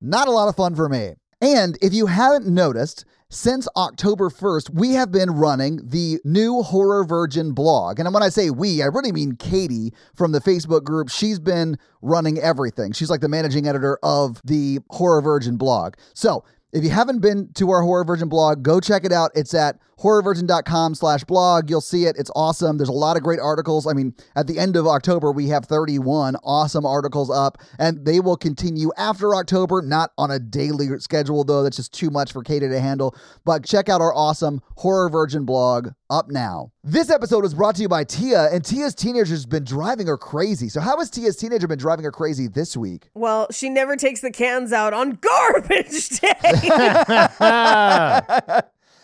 not a lot of fun for me. And if you haven't noticed, since October 1st, we have been running the new Horror Virgin blog. And when I say we, I really mean Katie from the Facebook group. She's been running everything. She's like the managing editor of the Horror Virgin blog. So if you haven't been to our Horror Virgin blog, go check it out. It's at horrorvirgin.com slash blog. You'll see it. It's awesome. There's a lot of great articles. I mean, at the end of October, we have 31 awesome articles up, and they will continue after October, not on a daily schedule, though. That's just too much for Katie to handle. But check out our awesome Horror Virgin blog up now. This episode was brought to you by Tia, and Tia's teenager has been driving her crazy. So, how has Tia's teenager been driving her crazy this week?
Well, she never takes the cans out on garbage *laughs* day.
*laughs*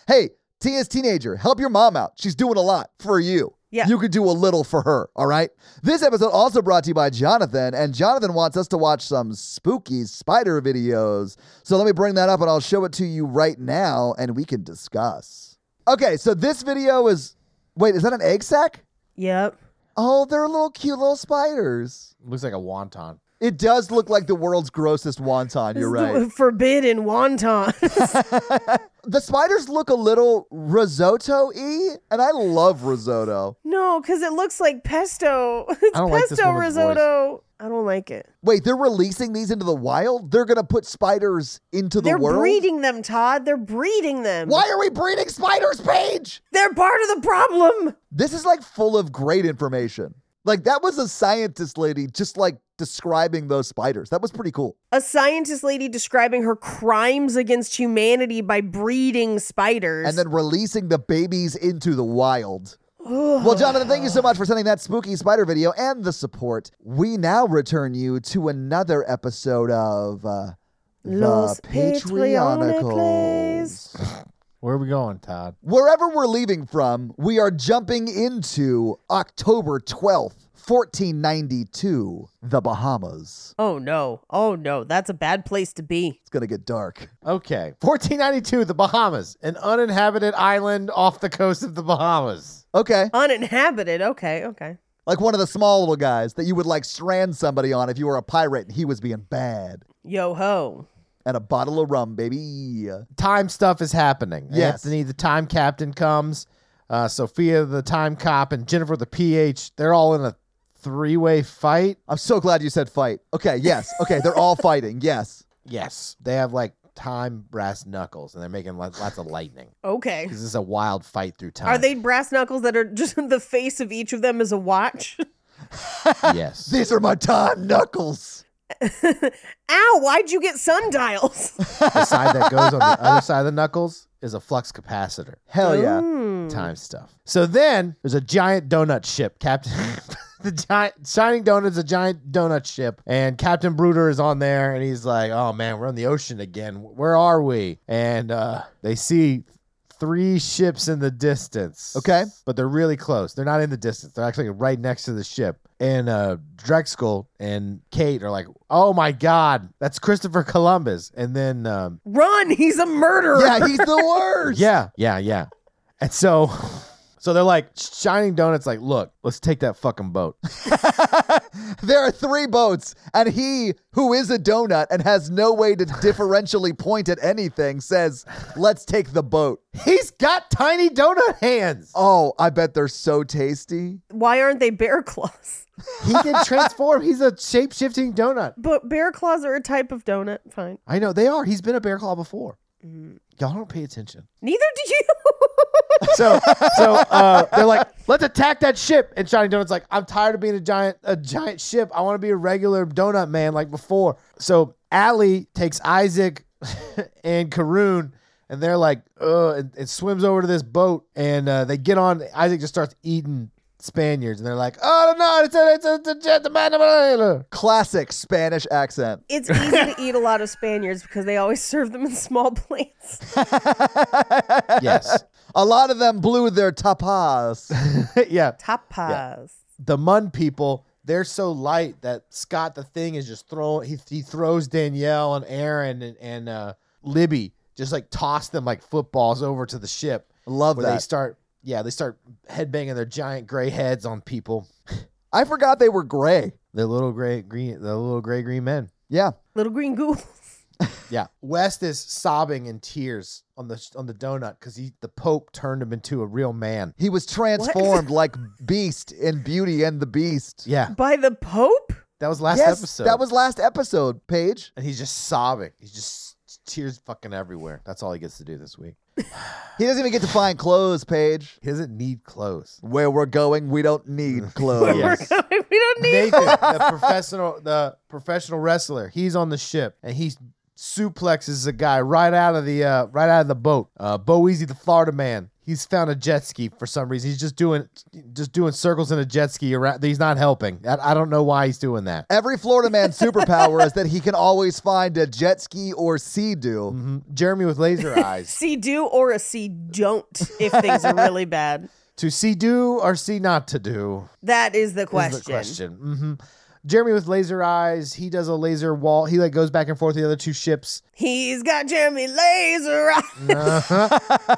hey, Tia's teenager, help your mom out. She's doing a lot for you.
Yeah.
You could do a little for her, all right? This episode also brought to you by Jonathan, and Jonathan wants us to watch some spooky spider videos. So let me bring that up and I'll show it to you right now and we can discuss. Okay, so this video is wait, is that an egg sack?
yep.
Oh, they're little cute little spiders.
Looks like a wonton.
It does look like the world's grossest wonton, you're right.
Forbidden wonton.
The spiders look a little risotto y, and I love risotto.
*laughs* no, because it looks like pesto. *laughs* It's
don't like this
pesto
woman's
risotto. I don't like it.
Wait, they're releasing these into the wild? They're going to put spiders into the
They're
world?
breeding them, Todd. They're breeding them.
Why are we breeding spiders, Paige?
They're part of the problem.
This is like full of great information. Like, that was a scientist lady just like describing those spiders. That was pretty cool.
A scientist lady describing her crimes against humanity by breeding spiders.
And then releasing the babies into the wild. Well, Jonathan, thank you so much for sending that spooky spider video and the support. We now return you to another episode of uh,
Los
The Patreonicles.
Patreonicles.
Where are we going, Todd?
Wherever we're leaving from, we are jumping into October 12th, 1492, the Bahamas.
Oh no. Oh no. That's a bad place to be.
It's going to get dark.
Okay. 1492, the Bahamas, an uninhabited island off the coast of the Bahamas.
Okay.
Uninhabited. Okay. Okay.
Like one of the small little guys that you would like strand somebody on if you were a pirate and he was being bad.
Yo ho.
And a bottle of rum, baby.
Time stuff is happening.
Yes.
Anthony, the time captain, comes. Uh, Sophia, the time cop, and Jennifer, the PH, they're all in a three way fight.
I'm so glad you said fight. Okay, yes. Okay, they're all fighting. Yes.
Yes, they have like time brass knuckles, and they're making lo- lots
*laughs*
of lightning
Okay.
because it's a wild fight through time.
Are they brass knuckles that are *laughs* just the face of each of them is a watch?
*laughs*
*laughs*
yes.
These are my time knuckles.
Ow, why'd you
*laughs*
get sundials?
the side that goes on the other side of the knuckles is a flux capacitor.
Hell yeah.
Mm. Hmm.
Time stuff. So then there's a giant donut ship, Captain. *laughs* the giant shining donut is a giant donut ship, and Captain Bruder is on there, and he's like, "Oh man, we're in the ocean again. Where are we?" And uh, they see. Three ships in the distance.
Okay.
But they're really close. They're not in the distance. They're actually right next to the ship. And uh, Drexel and Kate are like, oh my God, that's Christopher Columbus. And then um,
Run, he's a murderer.
Yeah, he's the *laughs* worst.
yeah, yeah, yeah. And so, so they're like shining donuts. Like, look, let's take that fucking boat. *laughs*
there are three boats, and he, who is a donut and has no way
*laughs*
to differentially point at anything, says, Let's take the boat.
He's got tiny donut hands.
Oh, I bet they're so tasty.
Why aren't they bear claws?
He can transform. He's a shape shifting donut.
But bear claws are a type of donut. Fine.
I know they are. He's been a bear claw before. Y'all don't pay attention.
Neither do you. *laughs*
So, so uh, they're like, let's attack that ship. And Shining Donut's like, I'm tired of being a giant, a giant ship. I want to be a regular donut man like before. So Allie takes Isaac *laughs* and Karoon, and they're like, ugh, and, and swims over to this boat, and uh, they get on. Isaac just starts eating Spaniards, and they're like, oh no, it's a, it's a, it's a, jet- the man- the man- the man."
Classic Spanish accent.
*laughs*
it's easy to eat a lot of Spaniards because they always serve them in small *laughs* plates.
Yes,
*laughs* A lot of them blew their tapas.
*laughs* yeah.
Tapas.
the Mun people, they're so light that Scott the Thing is just throwing. He, he throws Danielle and Aaron and, and uh, Libby, just like toss them like footballs over to the ship.
Love
where they
that.
start, yeah, they start headbanging their giant gray heads on people.
I forgot they were gray.
The little gray green, the little gray green men.
Yeah.
Little green ghouls. *laughs*
Yeah, West is sobbing in tears on the on the donut because he the Pope turned him into a real man.
He was transformed like Beast in Beauty and the Beast.
Yeah,
By the Pope? *laughs*
that was last
yes,
episode.
that was last episode, Paige.
and he's just sobbing. He's just tears fucking everywhere. That's all he gets to do this week.
He doesn't even get to find clothes, Paige.
He doesn't
*laughs*
need clothes.
Where we're going, we don't
*laughs*
need clothes.
Yes.
we don't need
Nathan, the professional, the professional wrestler, he's on the ship and he suplexes a guy right out of the uh, right out of the boat. Uh, Bo Easy, the Florida man, he's found a jet ski for some reason. He's just doing just doing circles in a jet ski around. He's not helping. I, I don't know why he's doing that.
Every Florida man's superpower is that he can always find a jet ski or sea do.
Mm. Mm-hmm. Jeremy with laser eyes
see do or a see don't if things are really bad.
to see do or see not to do.
That is the question.
Is the hmm Jeremy with laser eyes, he does a laser wall. He like goes back and forth with the other two ships.
He's got Jeremy Laser. on.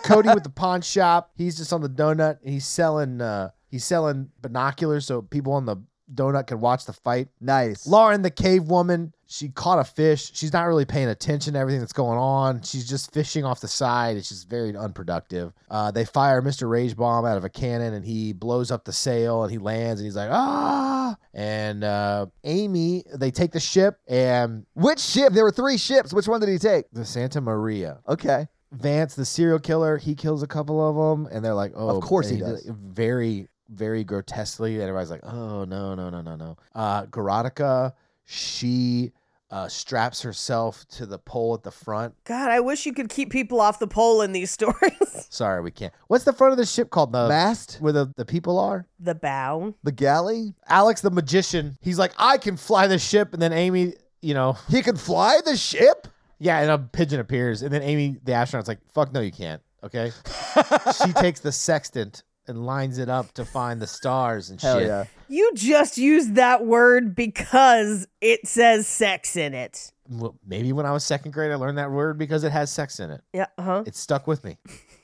Cody with the pawn shop, he's just on the donut and he's selling uh he's selling binoculars so people on the donut can watch the fight.
Nice.
Lauren the cave woman, she caught a fish. She's not really paying attention to everything that's going on. She's just fishing off the side. It's just very unproductive. Uh, they fire Mr. Rage Bomb out of a cannon and he blows up the sail and he lands and he's like, ah. And uh, Amy, they take the ship and
Which ship? There were three ships. Which one did he take?
the Santa Maria.
Okay.
Vance, the serial killer, he kills a couple of them, and they're like, "Oh,
Of course
and
he
did
does.
it Very, very grotesquely, and everybody's like, "Oh no, no, no, no, no." Uh, Garotica, she uh, straps herself to the pole at the front.
*laughs* God, I wish you could keep people off the pole in these *laughs* stories.
Sorry, we can't. What's the front of the ship called? The
Mast?
where the, the people are.
the bow.
The galley?
Alex, the magician, he's like, "I can fly this ship," and then Amy, you know,
He can fly the ship?
Yeah, and a pigeon appears, and then Amy, the astronaut's like, "Fuck no, you can't."
*laughs*
Okay, she takes the sextant and lines it up to find the stars and
Hell
shit.
yeah.
You just used that word because it says sex in it.
Well, maybe when I was second grade, I learned that word because it has sex in it.
Yeah, uh-huh. huh?
It stuck with me.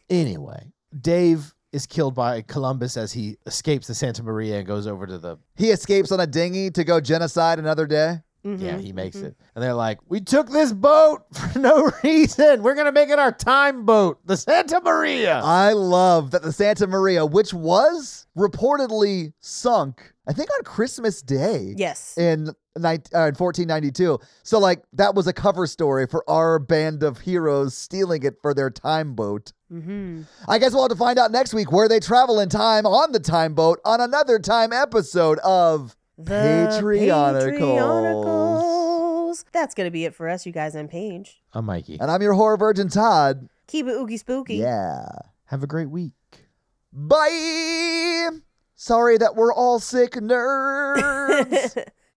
anyway, Dave is killed by Columbus as he escapes the Santa Maria and goes over to the.
He escapes on a dinghy to go genocide another day.
Mm-hmm.
Mm-hmm.
Yeah, he makes it, and they're like, "We took this boat *laughs* for no reason. We're gonna make it our time boat, the Santa
Uh,
Maria."
I love that the Santa Maria, which was reportedly sunk, I think on Christmas Day.
Yes.
in nine uh, in 1492. So like that was a cover story for our band of heroes stealing it for their time boat.
Mm-hmm.
I guess we'll have to find out next week where they travel in time on the time boat on another time episode of Patrioticals.
Patrioticals. That's going to be it for us, you guys, on Page.
I'm Mikey.
and I'm your horror virgin Todd.
Keep it oogie spooky.
Yeah.
Have a great week.
*laughs*
Bye. Sorry that we're all sick nerds.